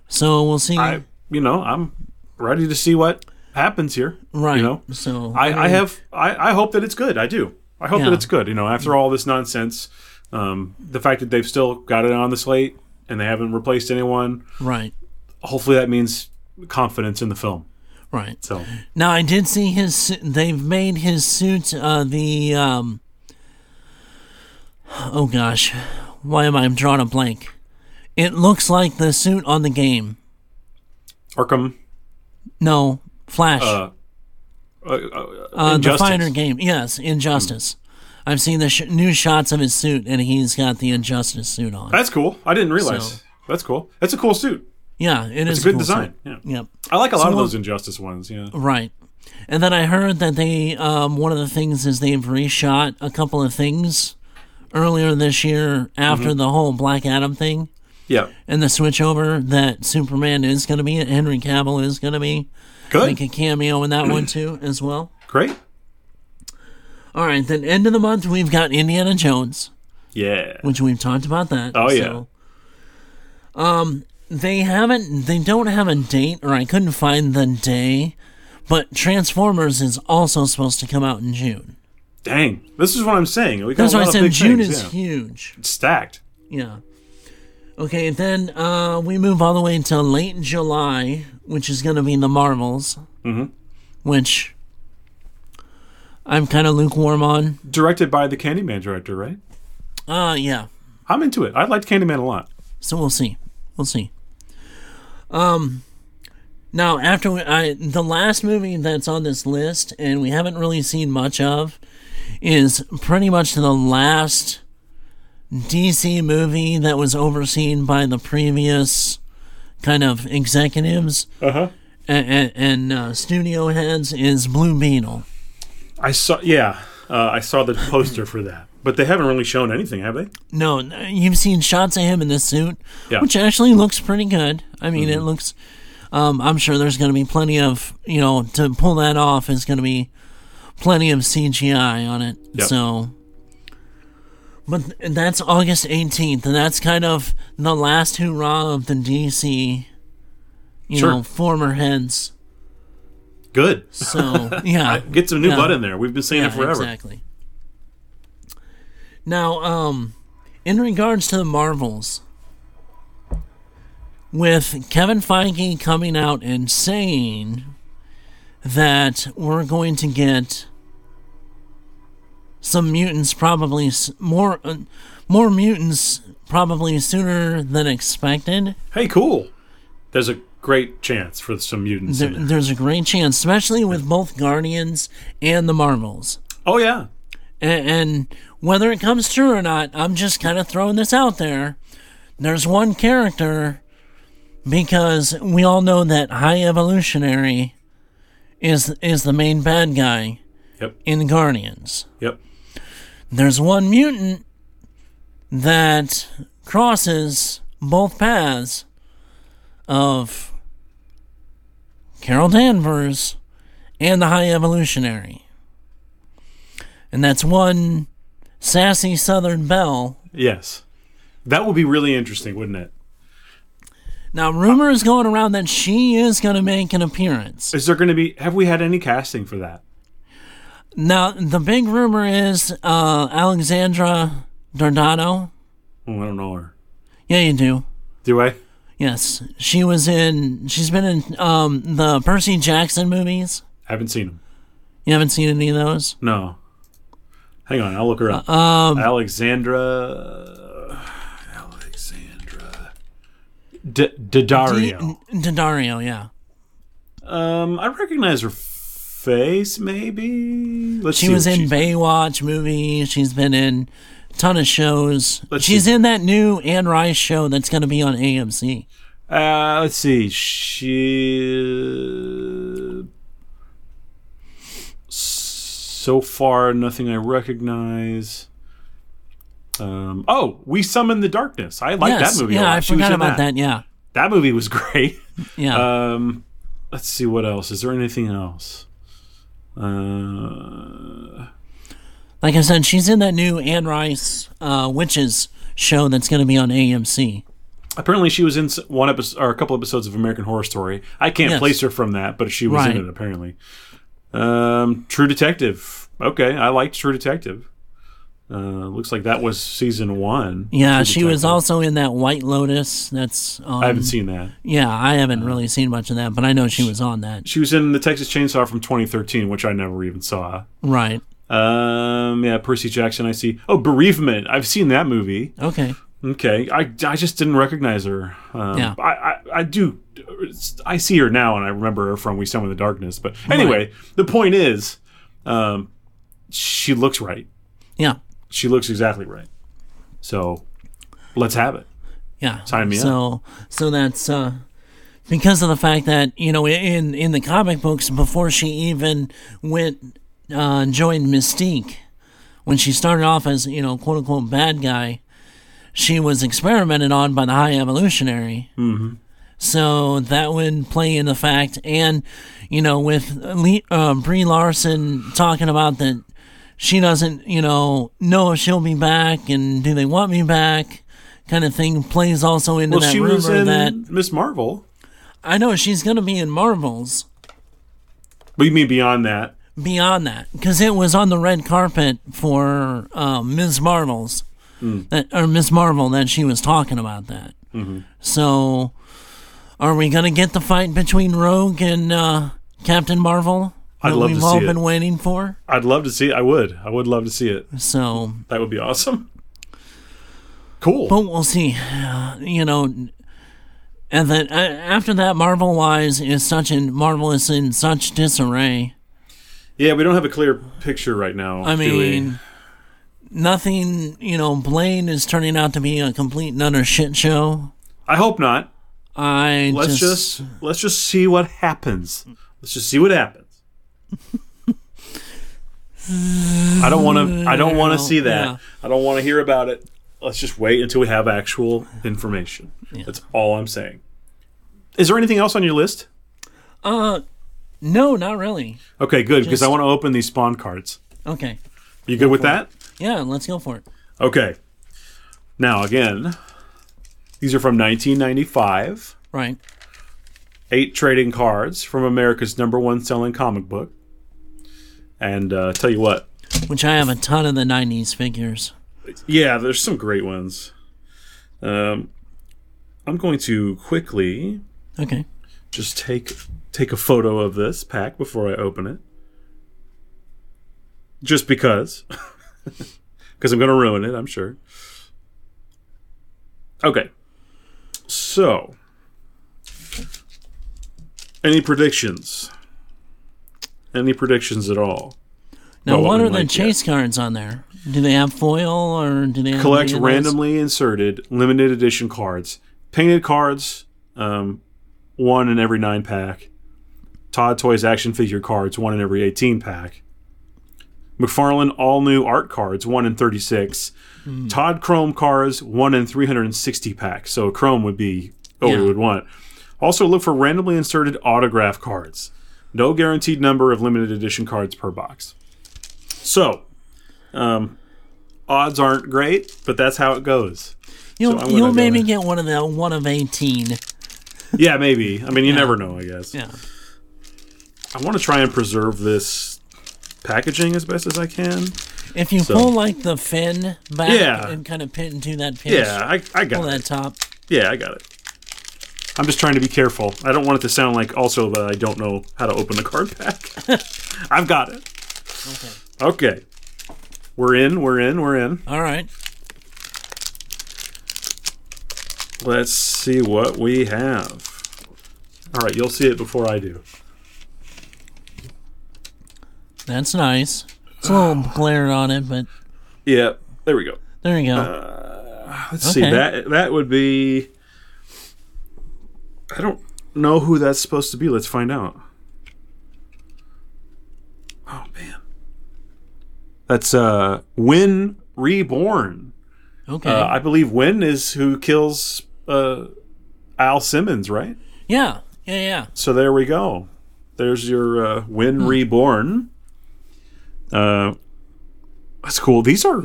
S2: So we'll see
S1: Mm-hmm. I, you know, I'm ready to see what happens here.
S2: right.
S1: You know,
S2: so
S1: I, I
S2: mean,
S1: have I, I hope that it's good. I do. I hope that
S2: Yeah.
S1: it's good. You know, after all this nonsense, um, the fact that they've still got it on the slate and they haven't replaced anyone,
S2: right.
S1: hopefully that means confidence in the film.
S2: Right.
S1: So
S2: Now I did see his. su- They've made his suit uh, the. Um, oh gosh, why am I I'm drawing a blank? It looks like the suit on the game.
S1: Arkham,
S2: No, Flash. Uh,
S1: uh, uh,
S2: the
S1: Injustice.
S2: fighter game. Yes, Injustice. I've seen the sh- new shots of his suit, and he's got the Injustice suit on.
S1: That's cool. I didn't realize.
S2: So-
S1: That's cool. That's a cool suit.
S2: yeah, it is
S1: It's
S2: a
S1: a good
S2: cool
S1: design.
S2: suit.
S1: Yeah.
S2: Yep.
S1: I like a lot of
S2: we'll-
S1: those Injustice ones. Yeah.
S2: Right. And then I heard that they um, one of the things is they've reshot a couple of things earlier this year after
S1: Mm-hmm.
S2: the whole Black Adam thing
S1: Yeah.
S2: and the switchover that Superman is going to be Henry Cavill is going to be
S1: Good.
S2: make a cameo in that one too as well.
S1: Great.
S2: All right, then end of the month we've got Indiana Jones,
S1: Yeah.
S2: which we've talked about that.
S1: Oh, yeah.
S2: So, um, they haven't they don't have a date or I couldn't find the day, but Transformers is also supposed to come out in June.
S1: Dang. This is what I'm saying. We got
S2: That's
S1: a
S2: why I
S1: lot of
S2: said
S1: big
S2: June
S1: things,
S2: is
S1: yeah.
S2: huge.
S1: It's stacked.
S2: Yeah. Okay, then uh, we move all the way into late July, which is going to be the Marvels, mm-hmm. which I'm kind of lukewarm on.
S1: Directed by the Candyman director, right?
S2: Uh, yeah.
S1: I'm into it. I liked Candyman a lot.
S2: So we'll see. We'll see. Um, now after we, I, the last movie that's on this list, and we haven't really seen much of, is pretty much the last DC movie that was overseen by the previous kind of executives
S1: Uh huh.
S2: and, and uh, studio heads is Blue Beetle.
S1: I saw, yeah, uh, I saw the poster for that. But they haven't really shown anything, have they?
S2: No, n- you've seen shots of him in this suit,
S1: Yeah. Mm-hmm.
S2: which actually looks pretty good. I mean, it looks. Um, I'm sure there's going to be plenty of you know to pull that off is going to be plenty of CGI on it.
S1: Yep.
S2: So, but th- that's August 18th, and that's kind of the last hurrah of the DC, you
S1: Sure.
S2: know, former heads.
S1: Good.
S2: So yeah,
S1: Get some new
S2: Yeah.
S1: blood in there. We've been saying it
S2: Yeah,
S1: forever.
S2: Exactly. Now, um, in regards to the Marvels, with Kevin Feige coming out and saying that we're going to get some mutants, probably s- more, uh, more mutants, probably sooner than expected.
S1: Hey, cool. There's a great chance for some mutants
S2: There,
S1: in there.
S2: there's a great chance, especially with both Guardians and the Marvels.
S1: Oh yeah.
S2: and, and whether it comes true or not, I'm just kind of throwing this out there. There's one character because we all know that High Evolutionary is is the main bad guy
S1: Yep.
S2: in Guardians.
S1: Yep.
S2: There's one mutant that crosses both paths of Carol Danvers and the High Evolutionary. And that's one sassy Southern Belle.
S1: Yes. That would be really interesting, wouldn't it?
S2: Now, rumor is going around that she is going to make an appearance.
S1: Is there going to be? Have we had any casting for that?
S2: Now, the big rumor is uh, Alexandra Dardano.
S1: Oh, I don't know her.
S2: Yeah, you do.
S1: Do I?
S2: Yes, she was in. She's been in um, the Percy Jackson movies.
S1: Haven't seen him.
S2: You haven't seen any of those.
S1: No. Hang on, I'll look her
S2: Uh,
S1: up. Um, Alexandra. Alexandra. D- Daddario.
S2: D- Daddario, yeah.
S1: um, I recognize her face, maybe. Let's
S2: She
S1: see
S2: was
S1: what
S2: in
S1: she's-
S2: Baywatch movies. She's been in a ton of shows.
S1: Let's
S2: she's
S1: see.
S2: in that new Anne Rice show that's going to be on AMC.
S1: Uh, let's see. She. So far, nothing I recognize. Um, oh, we summon the darkness. I like
S2: yes,
S1: that movie. a
S2: yeah,
S1: lot.
S2: I
S1: She was
S2: forgot
S1: in
S2: about that. Yeah,
S1: That movie was great.
S2: yeah.
S1: Um, let's see what else. Is there anything else? Uh,
S2: like I said, she's in that new Anne Rice uh, witches show that's going to be on AMC.
S1: apparently, she was in s- one episode or a couple episodes of American Horror Story. I can't
S2: Yes.
S1: place her from that, but she was
S2: Right.
S1: in it apparently. Um, True Detective. Okay, I liked True Detective. Uh, looks like that was season one.
S2: Yeah,
S1: True
S2: she was
S1: Detective.
S2: also in that White Lotus. That's um,
S1: I haven't seen that.
S2: yeah, I
S1: Uh,
S2: haven't really seen much of that, but I know she was on that.
S1: She was in the Texas Chainsaw from 2013, which I never even saw.
S2: Right.
S1: Um, yeah, Percy Jackson. I see. Oh, Bereavement. I've seen that movie.
S2: Okay.
S1: Okay, I, I just didn't recognize her. Um,
S2: Yeah.
S1: I, I I do. I see her now, and I remember her from We Summon the Darkness. But anyway, the point is, um, she looks right.
S2: Yeah.
S1: She looks exactly right. So let's have it.
S2: Yeah.
S1: Sign me up.
S2: so, So that's uh because of the fact that, you know, in in the comic books before she even went uh and joined Mystique, when she started off as, you know, quote unquote bad guy, she was experimented on by the high evolutionary. Mm-hmm. So that would play in the fact, and you know, with Le- uh, Brie Larson talking about that she doesn't, you know, know if she'll be back and do they want me back, kind of thing plays also into
S1: Well,
S2: that
S1: she
S2: rumor
S1: was in
S2: that
S1: Miss Marvel.
S2: I know she's gonna be in Marvels
S1: But you mean beyond that?
S2: beyond that because it was on the red carpet for uh, Ms. Marvel's
S1: Hmm.
S2: that or Ms. Marvel that she was talking about that.
S1: Mm-hmm.
S2: So, are we gonna get the fight between Rogue and uh, Captain Marvel
S1: I'd
S2: that
S1: love
S2: we've
S1: to
S2: all
S1: see it.
S2: been waiting for?
S1: I'd love to see. I would. I would love to see it.
S2: So,
S1: That would be awesome. Cool.
S2: but we'll see. Uh, you know, and then uh, after that, Marvel wise is such in Marvel is in such disarray.
S1: yeah, we don't have a clear picture right now.
S2: I
S1: do we?
S2: mean, nothing, you know, Blaine is turning out to be a complete and utter shit show.
S1: I hope not.
S2: I
S1: let's
S2: just,
S1: just, let's just see what happens. Let's just see what happens. I don't want to. I don't want to see that.
S2: Yeah.
S1: I don't want to hear about it. Let's just wait until we have actual information. That's all I'm saying. Is there anything else on your list?
S2: Uh, no, not really.
S1: Okay, good because I want to open these spawn cards.
S2: Okay.
S1: You good with that?
S2: Yeah, let's go for it.
S1: Okay. Now again, these are from 1995.
S2: Right.
S1: Eight trading cards from America's number one selling comic book. And uh, tell you what,
S2: Which I have a ton of the 90s figures.
S1: Yeah, there's some great ones. Um, I'm going to quickly
S2: Okay.
S1: just take take a photo of this pack before I open it, just because, because I'm going to ruin it. I'm sure. Okay, so any predictions? Any predictions at all?
S2: Now,
S1: Well,
S2: what
S1: we
S2: are the
S1: might
S2: chase cards on there? Do they have foil or do they have
S1: collect
S2: any of those?
S1: randomly inserted limited edition cards, painted cards, um, one in every nine pack. Todd Toys action figure cards, one in every eighteen pack. McFarlane all new art cards, one in thirty six.
S2: Hmm.
S1: Todd Chrome cards, one in three hundred and sixty pack. So Chrome would be what
S2: Yeah.
S1: we would want. Also look for randomly inserted autograph cards. No guaranteed number of limited edition cards per box. So, um, odds aren't great, but that's how it goes.
S2: You'll,
S1: I'm gonna
S2: you'll
S1: go
S2: maybe
S1: there.
S2: get one of the one of 18.
S1: Yeah, maybe. I mean, you never know, I guess.
S2: Yeah.
S1: I want to try and preserve this packaging as best as I can.
S2: If you
S1: So-
S2: pull like the fin back
S1: Yeah.
S2: and kind of pin into that pinch,
S1: Yeah, I, I
S2: pull
S1: got it.
S2: that top.
S1: Yeah, I got it. I'm just trying to be careful. I don't want it to sound like also that I don't know how to open a card pack. I've got it. Okay. Okay. We're in, we're in, we're in.
S2: All right.
S1: Let's see what we have. All right, you'll see it before I do.
S2: That's nice. It's a little glare on it, but
S1: Yeah, there we go.
S2: there you go.
S1: Uh, Let's see
S2: Okay.
S1: that that would be I don't know who that's supposed to be. Let's find out. Oh man. That's uh Win Reborn.
S2: okay.
S1: Uh, I believe Win is who kills uh Al Simmons, right?
S2: yeah. Yeah. Yeah.
S1: So there we go. There's your uh, Win Reborn. Uh that's cool. These are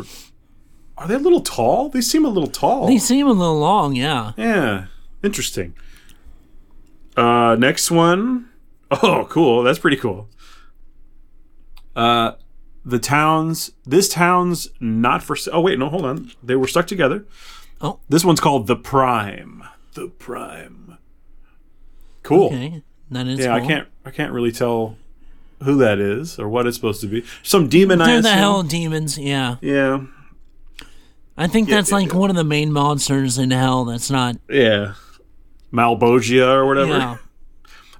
S1: are they a little tall? They seem a little tall.
S2: They seem a little long. Yeah.
S1: Yeah, interesting. Uh, next one. Oh, cool. That's pretty cool. Uh, the town's this town's not for. s- Oh wait, no, hold on. They were stuck together.
S2: Oh.
S1: This one's called the Prime. The Prime. Cool.
S2: Okay. That is.
S1: Yeah, I
S2: cool.
S1: can't. I can't really tell who that is or what it's supposed to be. Some demon. I
S2: They're the
S1: assume.
S2: hell demons. Yeah.
S1: Yeah.
S2: I think that's
S1: yeah,
S2: like one of the main monsters in hell. That's not.
S1: Yeah. Malbogia or whatever.
S2: Yeah.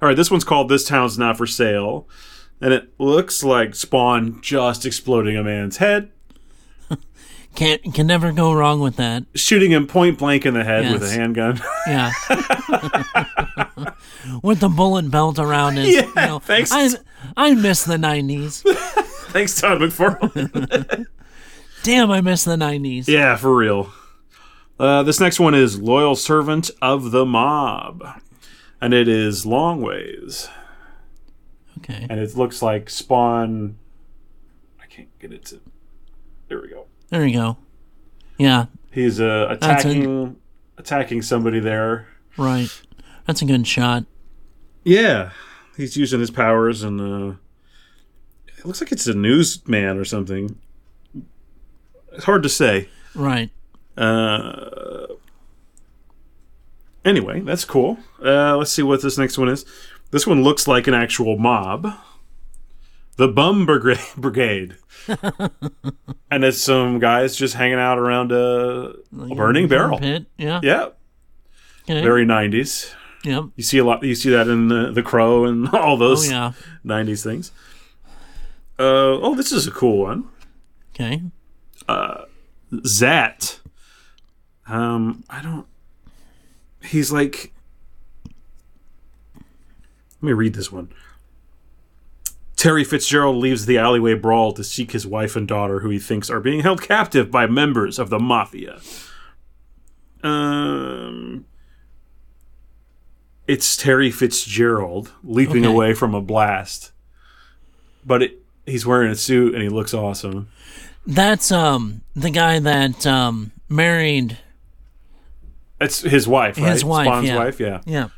S1: All right, this one's called "This Town's Not for Sale," and it looks like Spawn just exploding a man's head,
S2: Can't can never go wrong with that.
S1: shooting him point blank in the head with a
S2: Yes.
S1: handgun.
S2: Yeah. With the bullet belt around it.
S1: Yeah,
S2: you know,
S1: thanks.
S2: I, I miss the 90s.
S1: Thanks, Todd McFarlane.
S2: Damn, I miss the 90s.
S1: yeah, for real. Uh, this next one is "Loyal Servant of the Mob," and it is long ways,
S2: Okay.
S1: and it looks like Spawn. I can't get it to. There we go.
S2: There you go. Yeah,
S1: He's uh,
S2: That's a-
S1: attacking attacking somebody there.
S2: right. That's a good shot.
S1: Yeah, he's using his powers, and uh, it looks like it's a newsman or something. It's hard to say.
S2: Right.
S1: Uh, anyway, that's cool. Uh, let's see what this next one is. This one looks like an actual mob. The Bum Brigade, Brigade. and it's some guys just hanging out around a, a burning barrel.
S2: Pit. Yeah.
S1: Yeah,
S2: Okay.
S1: very '90s.
S2: yep.
S1: You see a lot. You see that in the, the Crow and all
S2: Oh,
S1: those
S2: yeah.
S1: 90s things. Uh, oh, this is a cool one.
S2: Okay.
S1: Zat. Um, I don't. He's like. Let me read this one. Terry Fitzgerald leaves the alleyway brawl to seek his wife and daughter, who he thinks are being held captive by members of the mafia. Um, it's Terry Fitzgerald leaping
S2: Okay.
S1: away from a blast, but it, he's wearing a suit and he looks awesome.
S2: That's um the guy that um married
S1: That's his wife, right?
S2: his wife.
S1: Spawn's
S2: yeah.
S1: wife, yeah.
S2: Yeah.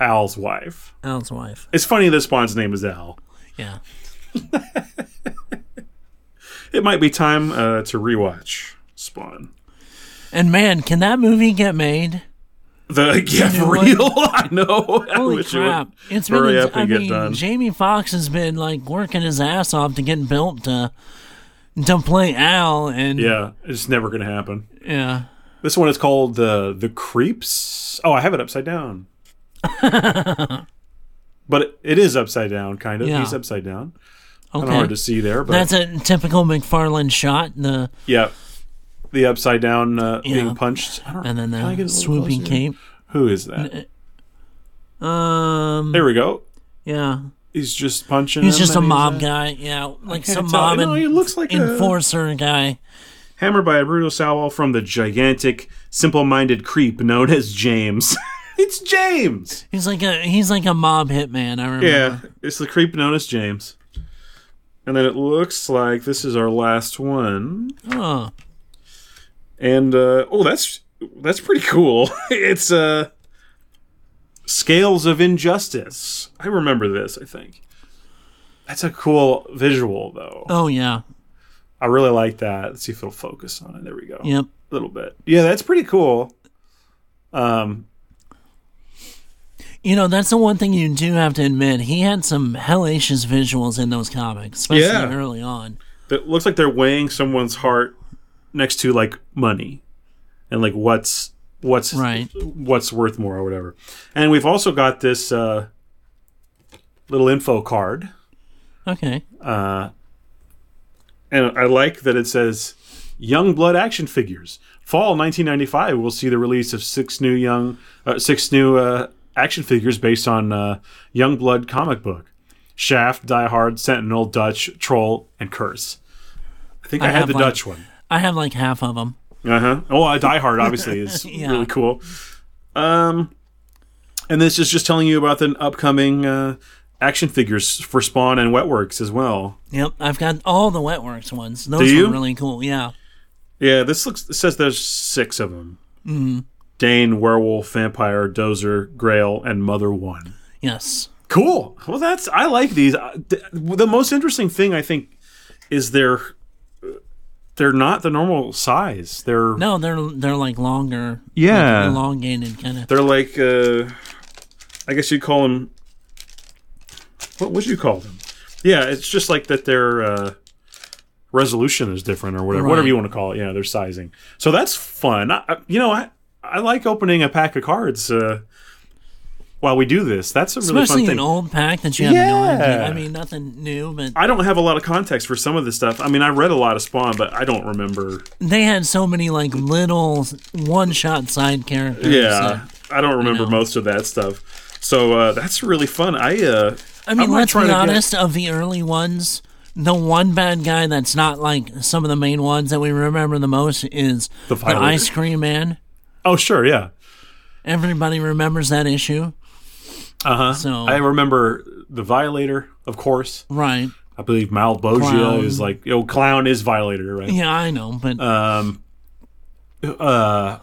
S1: Al's wife.
S2: Al's wife.
S1: It's funny that Spawn's name is Al.
S2: Yeah.
S1: It might be time uh, to rewatch Spawn.
S2: And man, can that movie get made?
S1: The yeah,
S2: You know
S1: for
S2: what?
S1: real. I know. I
S2: Holy
S1: wish it would
S2: crap! It's been.
S1: hurry
S2: ins-
S1: up
S2: I
S1: and get
S2: mean,
S1: done.
S2: Jamie Foxx has been like working his ass off to get built to to play Al, and
S1: Yeah, it's never gonna happen.
S2: yeah.
S1: This one is called the the creeps. Oh, I have it upside down. but it, it is upside down, kind of.
S2: Yeah.
S1: He's upside down. Kind of
S2: Okay.
S1: hard to see there, but
S2: That's a typical McFarlane shot. The
S1: yeah, the upside down uh,
S2: Yeah.
S1: being punched. I don't,
S2: and then
S1: can I get a
S2: the
S1: little
S2: swooping
S1: closer?
S2: cape.
S1: Who is that?
S2: Um.
S1: There we go.
S2: Yeah.
S1: He's just punching.
S2: He's
S1: him
S2: just a
S1: and
S2: mob
S1: uh,
S2: guy. Yeah, like
S1: can't
S2: some
S1: tell.
S2: mob
S1: No, he
S2: en-
S1: looks like a-
S2: enforcer guy.
S1: hammered by a brutal salvo from the gigantic, simple-minded creep known as James. it's James.
S2: He's like a he's like a mob hitman. I remember.
S1: Yeah, it's the creep known as James. And then it looks like this is our last one.
S2: Oh,
S1: And uh, oh, that's that's pretty cool. it's uh, scales of injustice. I remember this. I think that's a cool visual, though.
S2: oh yeah.
S1: I really like that. Let's see if it'll focus on it. There we go.
S2: Yep.
S1: A little bit. Yeah, that's pretty cool. Um,
S2: You know, that's the one thing you do have to admit. He had some hellacious visuals in those comics, especially
S1: Yeah.
S2: early on.
S1: that looks like they're weighing someone's heart next to like money and like what's what's
S2: Right.
S1: what's worth more or whatever and we've also got this uh little info card
S2: Okay.
S1: and i like that it says young blood action figures fall 1995 we'll see the release of six new young uh, six new uh, action figures based on uh, young blood comic book shaft die hard sentinel dutch troll and curse i think i,
S2: have
S1: had the
S2: one.
S1: dutch one
S2: I have like half of them.
S1: Uh huh. Well, uh, Die Hard obviously is
S2: Yeah.
S1: really cool. Um, and this is just telling you about the upcoming uh, action figures for Spawn and Wetworks as well.
S2: Yep. I've got all the Wetworks ones. Those
S1: you?
S2: were really cool. Yeah.
S1: Yeah, this looks it says there's six of them. Mm-hmm. Dane, Werewolf, Vampire, Dozer, Grail, and Mother One.
S2: Yes.
S1: Cool. Well, that's I like these. Uh, th- The most interesting thing I think is they're they're not the normal size. They're
S2: No, they're they're like longer,
S1: yeah,
S2: elongated kind of.
S1: They're like, uh, I guess you'd call them. What would you call them? Yeah, it's just like that. Their uh, resolution is different, or whatever, whatever
S2: Right.
S1: you want to call it. Yeah, their sizing. So that's fun. I, I, you know, I I like opening a pack of cards uh, while we do this. That's a really
S2: Especially
S1: fun
S2: an
S1: thing.
S2: old pack that you have no idea.
S1: Yeah.
S2: I mean, nothing new, but
S1: I don't have a lot of context for some of this stuff. I mean, I read a lot of Spawn, but I don't remember.
S2: they had so many like little one-shot side characters.
S1: Yeah,
S2: that-
S1: I don't remember
S2: know.
S1: most of that stuff. So uh, that's really fun. I uh,
S2: I mean,
S1: I'm not
S2: let's
S1: trying
S2: be
S1: to get-
S2: honest. Of the early ones, the one bad guy that's not like some of the main ones that we remember the most is
S1: The
S2: the,
S1: Violator.
S2: ice cream man.
S1: oh sure, yeah.
S2: Everybody remembers that issue.
S1: Uh huh.
S2: So-
S1: I remember the Violator, of course.
S2: Right.
S1: I believe Mal Bogio
S2: Clown.
S1: is like, oh, clown is Violator, right?
S2: Yeah, I know, but
S1: Uh,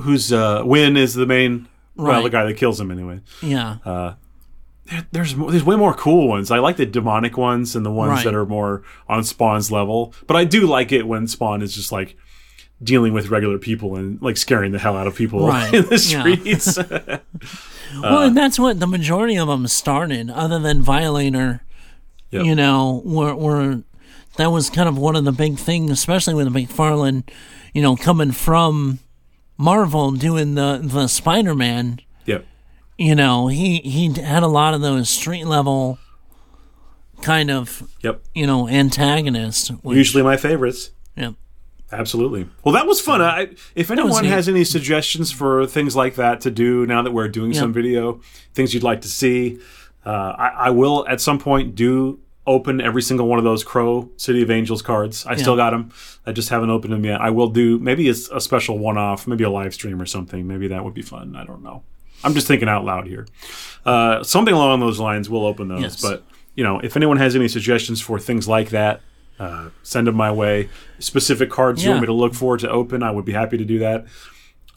S1: who's uh, Win is the main, well, the
S2: Right.
S1: guy that kills him anyway.
S2: yeah.
S1: There's mo- there's way more cool ones. I like the demonic ones and the ones
S2: Right.
S1: that are more on Spawn's level. But I do like it when Spawn is just like dealing with regular people and like scaring the hell out of people
S2: Right.
S1: in the
S2: Yeah.
S1: streets.
S2: well,
S1: Uh,
S2: and that's what the majority of them started, other than Violator.
S1: Yep.
S2: You know, were were that was kind of one of the big things, especially with McFarlane. You know, coming from Marvel, doing the the Spider Man.
S1: yep.
S2: you know, he he had a lot of those street level kind of
S1: Yep.
S2: you know antagonists. Which,
S1: Usually my favorites.
S2: yeah.
S1: Absolutely. Well, that was fun. I, if
S2: was
S1: anyone
S2: neat.
S1: has any suggestions for things like that to do now that we're doing
S2: Yeah.
S1: some video, things you'd like to see, uh, I, I will at some point do open every single one of those Crow City of Angels cards. I still got them. I just haven't opened them yet. I will do maybe it's a special one off, maybe a live stream or something. Maybe that would be fun. I don't know. I'm just thinking out loud here. Uh, something along those lines. We'll open those.
S2: Yes.
S1: But you know, if anyone has any suggestions for things like that, uh, send them my way. Specific cards you
S2: Yeah.
S1: want me to look for to open, I would be happy to do that.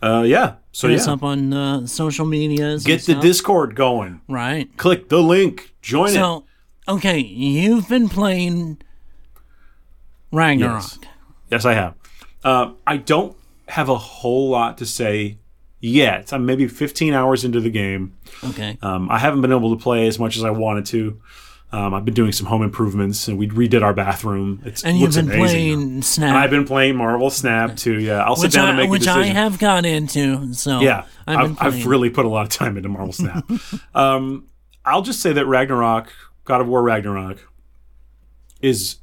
S1: Uh, yeah. So
S2: Hit us
S1: yeah,
S2: up on uh, social medias. and
S1: get the
S2: stuff.
S1: Discord going.
S2: right.
S1: Click the link. Join it.
S2: So, okay, you've been playing Ragnarok.
S1: Yes. Yes, I have. Uh, I don't have a whole lot to say yet. I'm maybe 15 hours into the game.
S2: Okay.
S1: Um, I haven't been able to play as much as I wanted to. Um, I've been doing some home improvements, and we redid our bathroom. It's,
S2: and
S1: looks
S2: you've been
S1: amazing.
S2: playing Snap,
S1: I've been playing Marvel Snap too. Yeah, I'll sit
S2: which
S1: down
S2: I
S1: and make a
S2: which
S1: decision.
S2: I have got into. So
S1: yeah,
S2: I've
S1: I've,
S2: been
S1: I've
S2: playing.
S1: really put a lot of time into Marvel Snap. um, I'll just say that Ragnarok, God of War Ragnarok, is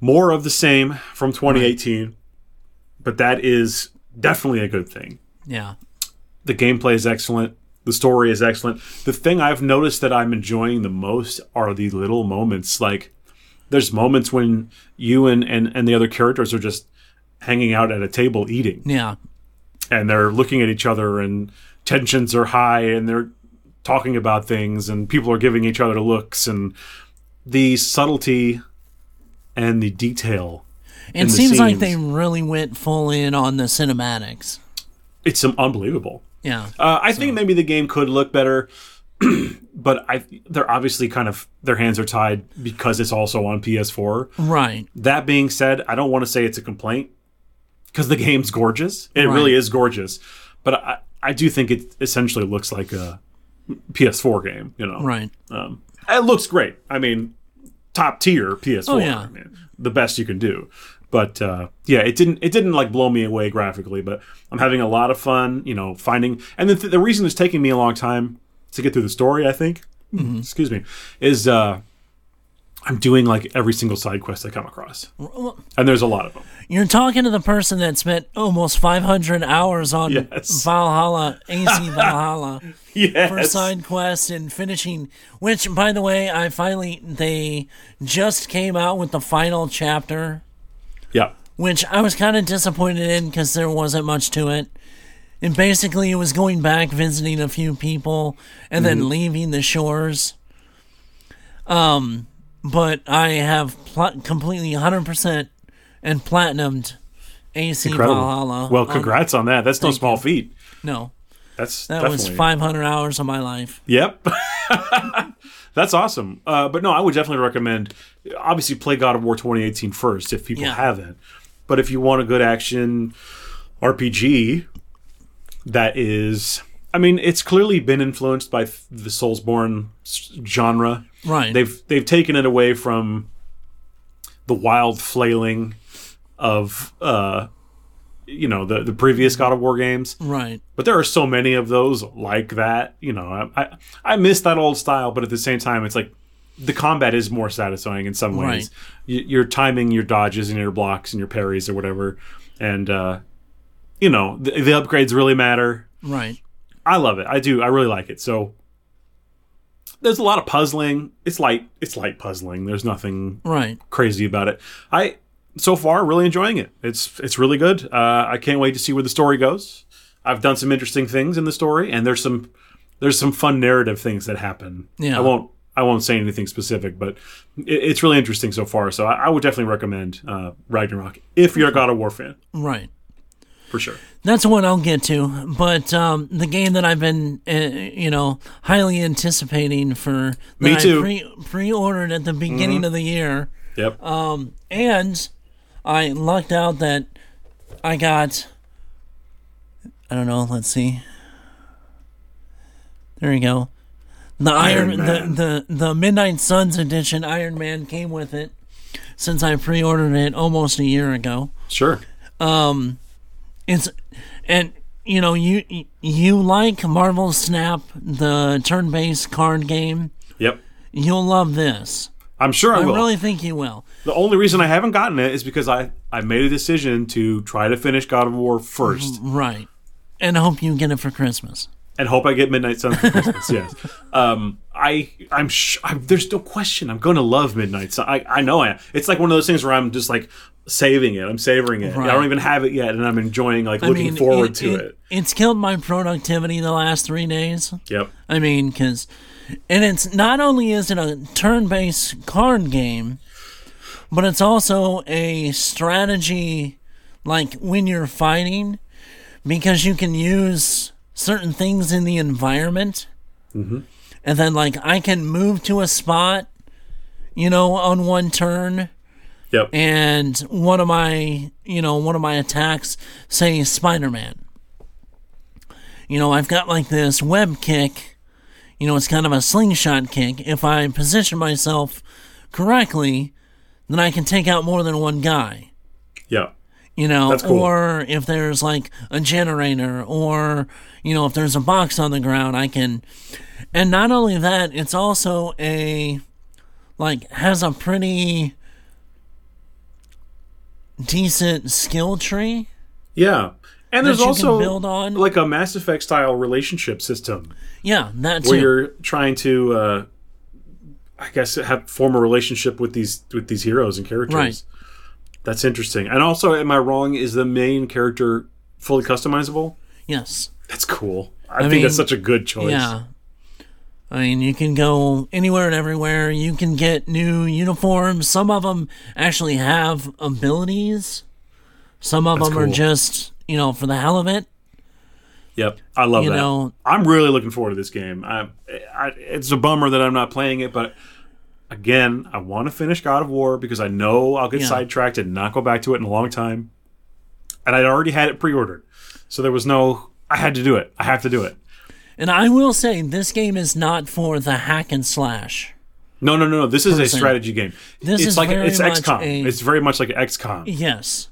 S1: more of the same from 2018, but that is definitely a good thing.
S2: yeah.
S1: The gameplay is excellent. The story is excellent. The thing I've noticed that I'm enjoying the most are the little moments. Like, there's moments when you and, and, and the other characters are just hanging out at a table eating
S2: Yeah.
S1: and they're looking at each other and tensions are high and they're talking about things and people are giving each other looks and the subtlety and the detail
S2: It
S1: the
S2: seems like
S1: scenes.
S2: they really went full in on the cinematics.
S1: it's um, unbelievable
S2: Yeah.
S1: uh, i think maybe the game could look better but i they're obviously kind of their hands are tied because it's also on ps4
S2: Right.
S1: That being said, I don't want to say it's a complaint because the game's gorgeous. It really is gorgeous, but I, I do think it essentially looks like a PS4 game. You know,
S2: Right.
S1: Um, it looks great. I mean, top tier PS4.
S2: Oh, yeah.
S1: I mean, the best you can do. But uh, yeah, it didn't it didn't like blow me away graphically, but I'm having a lot of fun. You know, finding and the, th- the reason it's taking me a long time to get through the story, I think.
S2: Mm-hmm.
S1: Excuse me, is uh, I'm doing like every single side quest I come across, and there's a lot of them.
S2: You're talking to the person that spent almost 500 hours on
S1: Yes.
S2: Valhalla, AC Valhalla,
S1: Yes.
S2: for side quest and finishing. Which, by the way, I finally they just came out with the final chapter,
S1: Yeah.
S2: which I was kind of disappointed in because there wasn't much to it. And basically, it was going back visiting a few people and
S1: Mm-hmm.
S2: then leaving the shores. Um, but I have pl- completely 100% and platinumed AC
S1: Incredible.
S2: Valhalla.
S1: Well,
S2: on-
S1: congrats on that. That's no small feat.
S2: no,
S1: That's
S2: that
S1: definitely.
S2: was 500 hours of my life.
S1: Yep. That's awesome. Uh, but no, I would definitely recommend, obviously, play God of War 2018 first if people
S2: Yeah.
S1: haven't. But if you want a good action RPG that is, I mean, it's clearly been influenced by th- the Soulsborne s- genre.
S2: Right.
S1: They've they've taken it away from the wild flailing of uh, you know the the previous God of War games
S2: right.
S1: but there are so many of those like that. You know, I I, I miss that old style, but at the same time, it's like the combat is more satisfying in some ways.
S2: Right.
S1: Y- you're timing your dodges and your blocks and your parries or whatever, and uh, you know the, the upgrades really matter.
S2: Right.
S1: I love it. I do. I really like it. So there's a lot of puzzling. It's light. It's light puzzling. There's nothing
S2: Right.
S1: crazy about it. I so far really enjoying it. It's it's really good. Uh, I can't wait to see where the story goes. I've done some interesting things in the story, and there's some there's some fun narrative things that happen.
S2: Yeah.
S1: I won't I won't say anything specific, but it, it's really interesting so far. So I, I would definitely recommend uh, Ragnarok if you're a God of War fan
S2: Right.
S1: for sure.
S2: That's one I'll get to. But um, the game that I've been, uh, you know, highly anticipating for that
S1: Me too. Mm-hmm.
S2: I pre- pre-ordered at the beginning of the year,
S1: Yep.
S2: Uh, and I lucked out that I got. I don't know. Let's see. There you go. The
S1: Iron
S2: Iron,
S1: Man.
S2: the, the the Midnight Suns edition Iron Man came with it, since I pre-ordered it almost a year ago.
S1: sure.
S2: it's and you know you you like Marvel Snap, the turn-based card game.
S1: Yep.
S2: You'll love this.
S1: I'm sure I,
S2: I
S1: will.
S2: really think you will.
S1: the only reason I haven't gotten it is because I I made a decision to try to finish God of War first.
S2: Right, and I hope you get it for Christmas.
S1: and hope I get Midnight Suns for Christmas. yes. Um, I I'm sh- I, there's no question I'm going to love Midnight Sun. I I know I am. It's like one of those things where I'm just like saving it. I'm savoring it. I
S2: Right.
S1: don't even have it yet, and I'm enjoying like looking
S2: mean,
S1: forward to it.
S2: It's killed my productivity the last three days.
S1: Yep.
S2: I mean, because, and it's not only is it a turn-based card game, but it's also a strategy, like when you're fighting, because you can use certain things in the environment, and then like I can move to a spot, you know, on one turn
S1: Yep.
S2: and one of my you know one of my attacks say spider-man you know i've got like this web kick you know it's kind of a slingshot kick if i position myself correctly then i can take out more than one guy
S1: yep.
S2: you know
S1: That's cool.
S2: or if there's like a generator or you know if there's a box on the ground i can and not only that it's also a like has a pretty decent skill tree
S1: Yeah. And there's
S2: you can
S1: also
S2: build on.
S1: like a Mass Effect style relationship system
S2: yeah that's
S1: where
S2: it
S1: you're trying to, uh, I guess, have form a relationship with these with these heroes and characters.
S2: Right.
S1: That's interesting. And also, am I wrong? Is the main character fully customizable?
S2: yes
S1: That's cool. I, think
S2: mean,
S1: that's such a good choice.
S2: yeah i mean you can go anywhere and everywhere you can get new uniforms some of them actually have abilities some of them are
S1: cool.
S2: just you know for the hell of it
S1: Yep, I love
S2: You
S1: that.
S2: know-
S1: I'm really looking forward to this game. I, I, it's a bummer that I'm not playing it, but again, I want to finish God of War because I know I'll get
S2: Yeah.
S1: sidetracked and not go back to it in a long time. And I'd already had it pre-ordered, so there was no. I had to do it. I have to do it.
S2: And I will say, this game is not for the hack and slash.
S1: No, no, no, no. This is a strategy game.
S2: This
S1: it's
S2: is
S1: like
S2: very
S1: it's
S2: much
S1: XCOM.
S2: a-
S1: It's very much like XCOM.
S2: Yes,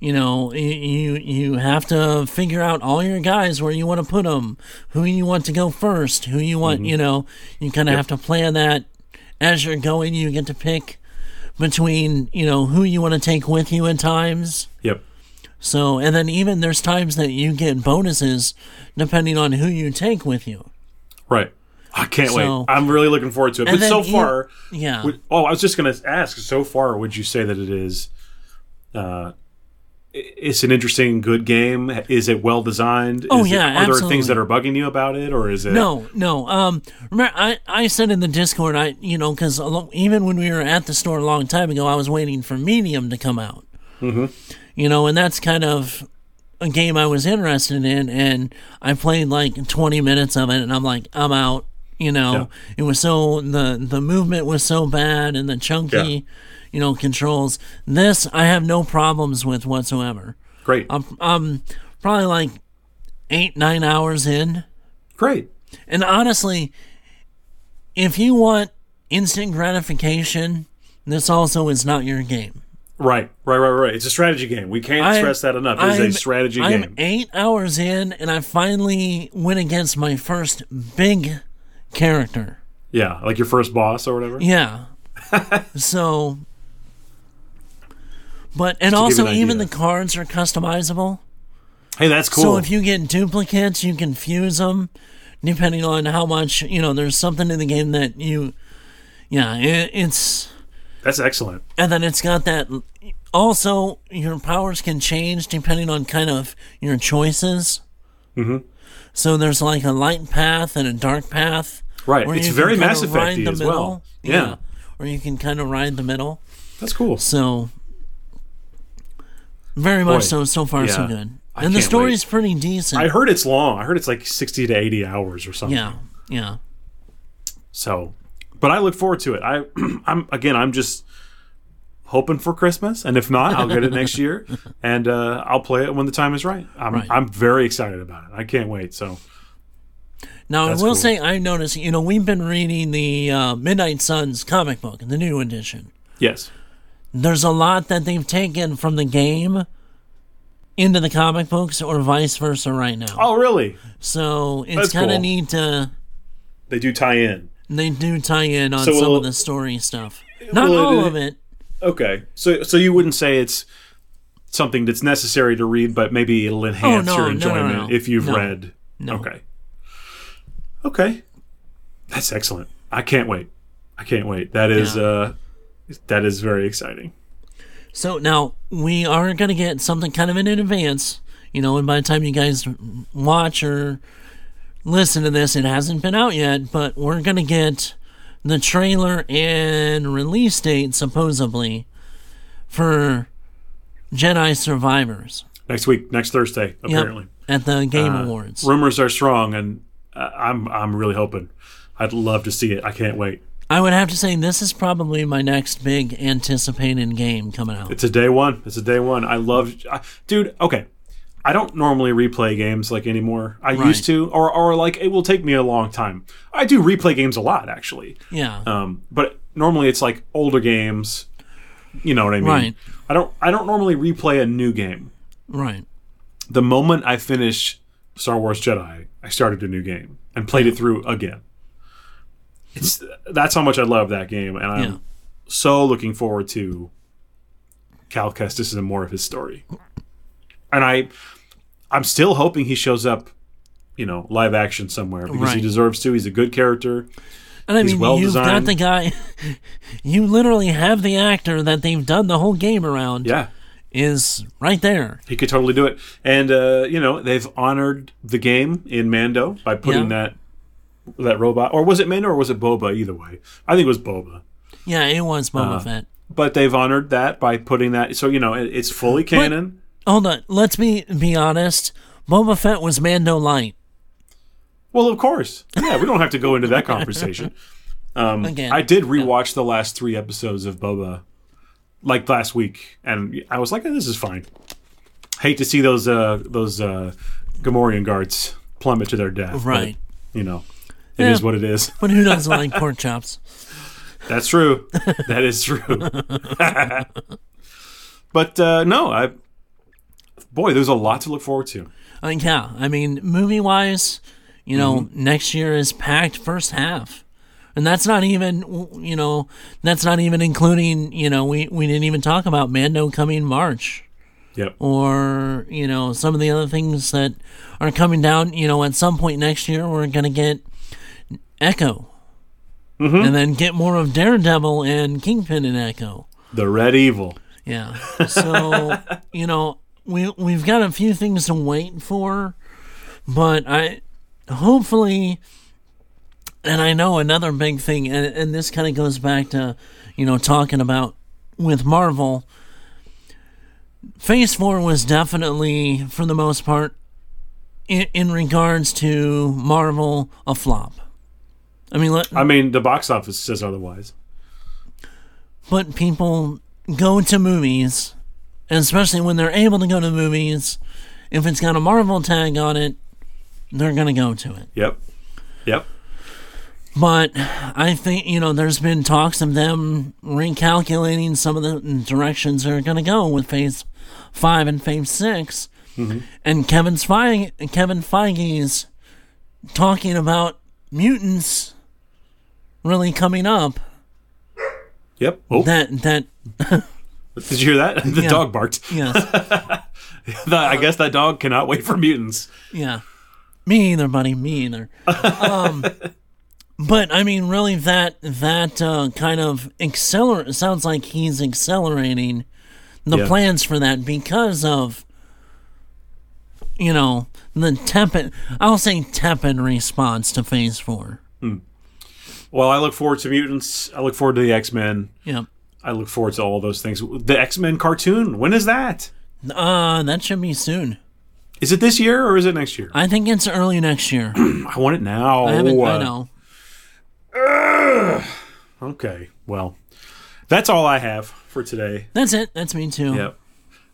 S2: you know, y- you you have to figure out all your guys where you want to put them, who you want to go first, who you want. You know, you kind of have to plan that as you're going. You get to pick between you know who you want to take with you at times.
S1: Yep.
S2: So, and then even there's times that you get bonuses depending on who you take with you.
S1: Right. I can't
S2: So-
S1: wait. I'm really looking forward to it. But
S2: And
S1: so
S2: then e-
S1: far,
S2: Yeah,
S1: Would- oh, I was just going to ask. So far, would you say that it is? Uh, i- it's an interesting, good game. Is it well designed?
S2: Oh,
S1: Is it-
S2: yeah,
S1: Are there things
S2: absolutely.
S1: that are bugging you about it, or is it?
S2: No, no. Um, remember, I, I said in the Discord, I you know, because even when we were at the store a long time ago, I was waiting for Medium to come out. Mm-hmm. You know, and that's kind of a game I was interested in, and I played like 20 minutes of it, and I'm like, I'm out. You know, it was so the the movement was so bad, and the chunky,
S1: Yeah.
S2: you know, controls. This I have no problems with whatsoever.
S1: Great.
S2: I'm, I'm probably like eight nine hours in.
S1: Great.
S2: And honestly, if you want instant gratification, this also is not your game.
S1: Right. Right. Right. Right. It's a strategy game. We can't
S2: I-
S1: stress that enough. It is a strategy
S2: I'm
S1: game.
S2: eight hours in, and I finally went against my first big character.
S1: yeah, like your first boss or whatever.
S2: Yeah. so, but and
S1: give you
S2: also
S1: an
S2: even the
S1: idea.
S2: cards are customizable.
S1: Hey, that's cool.
S2: So if you get duplicates, you can fuse them, depending on how much you know. There's something in the game that you, yeah, it, it's.
S1: that's excellent.
S2: And then it's got that. Also, your powers can change depending on kind of your choices. Mm-hmm. So there's like a light path and a dark path.
S1: Right.
S2: or
S1: It's
S2: you can
S1: very
S2: kind
S1: Mass
S2: of ride
S1: Effect-y
S2: the
S1: as well.
S2: middle.
S1: Yeah.
S2: Or you can kind of ride the middle.
S1: That's cool.
S2: So very much
S1: Boy.
S2: so. So far, so
S1: Yeah.
S2: good.
S1: I
S2: and the
S1: can't
S2: story's pretty decent.
S1: I heard it's long. I heard it's like sixty to eighty hours or something.
S2: yeah. Yeah.
S1: So, but I look forward to it. I, I'm again, I'm just hoping for Christmas, and if not, I'll get it next year, and uh, I'll play it when the time is right. I'm
S2: Right.
S1: I'm very excited about it. I can't wait. So,
S2: Now
S1: That's
S2: I will
S1: cool.
S2: say I noticed. You know, we've been reading the uh, Midnight Suns comic book, the new edition.
S1: yes,
S2: there's a lot that they've taken from the game into the comic books or vice versa right now.
S1: oh really?
S2: So
S1: That's
S2: it's kind of
S1: cool.
S2: neat to
S1: They do tie in.
S2: they do tie in on
S1: So
S2: some
S1: will-
S2: of the story stuff. Not
S1: will it-
S2: all of it.
S1: Okay, so so you wouldn't say it's something that's necessary to read, but maybe it'll enhance
S2: Oh, no,
S1: your
S2: no, no, no.
S1: enjoyment if you've
S2: No.
S1: read.
S2: No.
S1: Okay, okay, that's excellent. I can't wait. I can't wait. That is uh, that is very exciting.
S2: So now we are going to get something kind of in advance, you know, and by the time you guys watch or listen to this, it hasn't been out yet, but we're going to get the trailer and release date, supposedly, for Jedi Survivors.
S1: Next week, next Thursday,
S2: Yep,
S1: apparently.
S2: At the Game Awards.
S1: Rumors are strong, and uh, I'm I'm really hoping. I'd love to see it. I can't wait.
S2: I would have to say this is probably my next big anticipated game coming out.
S1: It's a day one. It's a day one. I love, I, dude. Okay, I don't normally replay games like anymore. I used to, or or like it will take me a long time. I do replay games a lot actually,
S2: Yeah.
S1: um, but normally it's like older games. You know what I mean?
S2: Right.
S1: I don't. I don't normally replay a new game.
S2: right.
S1: The moment I finish Star Wars Jedi, I started a new game and played it through again. It's that's how much I love that game, and I'm
S2: Yeah.
S1: so looking forward to Cal Kestis and more of his story. And I, I'm still hoping he shows up, you know, live action somewhere because he
S2: Right.
S1: deserves to. He's a good character.
S2: And I
S1: He's
S2: mean,
S1: well
S2: you've got
S1: designed.
S2: the guy. you literally have the actor that they've done the whole game around.
S1: Yeah,
S2: Is right there.
S1: he could totally do it. And uh, you know, they've honored the game in Mando by putting that that robot, or was it Mando or was it Boba? Either way, I think it was Boba.
S2: Yeah, it was Boba
S1: Uh-huh.
S2: Fett.
S1: But they've honored that by putting that. So you know, it, it's fully canon.
S2: Hold on. Let's be be honest. Boba Fett was Mando Light
S1: Well, of course. Yeah, we don't have to go into that conversation.
S2: again.
S1: Um, I did rewatch the last three episodes of Boba, like last week, and I was like, "Eh, "This is fine." Hate to see those uh, those uh, Gamorrean guards plummet to their death, but,
S2: Right.
S1: you know, it is
S2: Yeah.
S1: what it is.
S2: But who doesn't like pork chops?
S1: That's true. that is true. but uh, no, I boy, there's a lot to look forward to.
S2: Like, Uh, yeah. I mean, movie wise, you know,
S1: Mm-hmm.
S2: next year is packed first half. And that's not even, you know, that's not even including, you know, we, we didn't even talk about Mando coming March.
S1: Yep.
S2: or you know some of the other things that are coming down you know at some point next year we're going to get echo and then get more of daredevil and kingpin and echo
S1: The Red Evil.
S2: yeah so you know we we've got a few things to wait for but i hopefully and i know another big thing and, and this kind of goes back to you know talking about with marvel Phase four was definitely, for the most part, in, in regards to Marvel, a flop. I mean, let,
S1: I mean, the box office says otherwise.
S2: but people go to movies, and especially when they're able to go to movies. If it's got a Marvel tag on it, they're gonna go to it.
S1: Yep. Yep.
S2: But I think you know, there's been talks of them recalculating some of the directions they're going to go with Phase Five and Phase 6 and Kevin Feige, Kevin Feige's talking about mutants really coming up.
S1: Yep. Oh,
S2: That that
S1: did you hear that? the dog barked.
S2: yes,
S1: The- I guess that dog cannot wait for mutants.
S2: yeah. Me either, buddy. Me either. Um, but I mean, really, that that uh, kind of accelerate sounds like he's accelerating the
S1: Yeah.
S2: plans for that because of you know the tepid. I'll say tepid response to Phase Four.
S1: Well, I look forward to mutants. I look forward to the X Men.
S2: Yep.
S1: I look forward to all those things. The X Men cartoon. When is that?
S2: Uh, that should be soon.
S1: Is it this year or is it next year?
S2: I think it's early next year.
S1: I want it now.
S2: I haven't.
S1: uh,
S2: I know.
S1: Okay. Well, that's all I have for today.
S2: That's it. That's me too.
S1: Yep.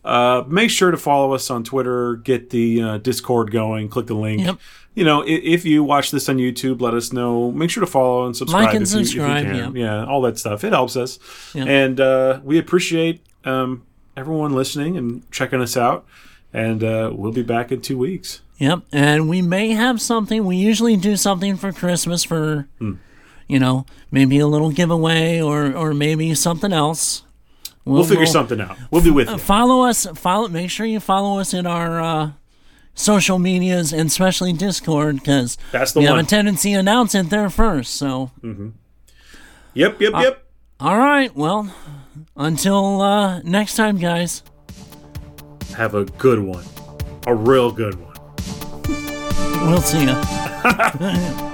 S1: Uh, make sure to follow us on Twitter. Get the uh, Discord going. Click the link.
S2: Yep.
S1: You know, if, if you watch this on YouTube, let us know. Make sure to follow and subscribe.
S2: Like and
S1: if you- if you
S2: subscribe,
S1: can. Yeah, all that stuff. It helps us,
S2: Yeah.
S1: and uh, we appreciate um, everyone listening and checking us out. And uh, we'll be back in two weeks.
S2: Yep, and we may have something. We usually do something for Christmas for,
S1: Hmm.
S2: you know, maybe a little giveaway or or maybe something else. uh,
S1: We'll, figure something out. We'll be with you.
S2: Follow us. Follow. Make sure you follow us in our uh, social medias and especially Discord because
S1: That's the
S2: we have
S1: one. Hmm.
S2: a tendency to announce it there first. So
S1: Yep,
S2: Oh.
S1: yep, yep.
S2: All right. Well, until uh, next time, guys.
S1: Have a good one. A real good one.
S2: We'll see ya.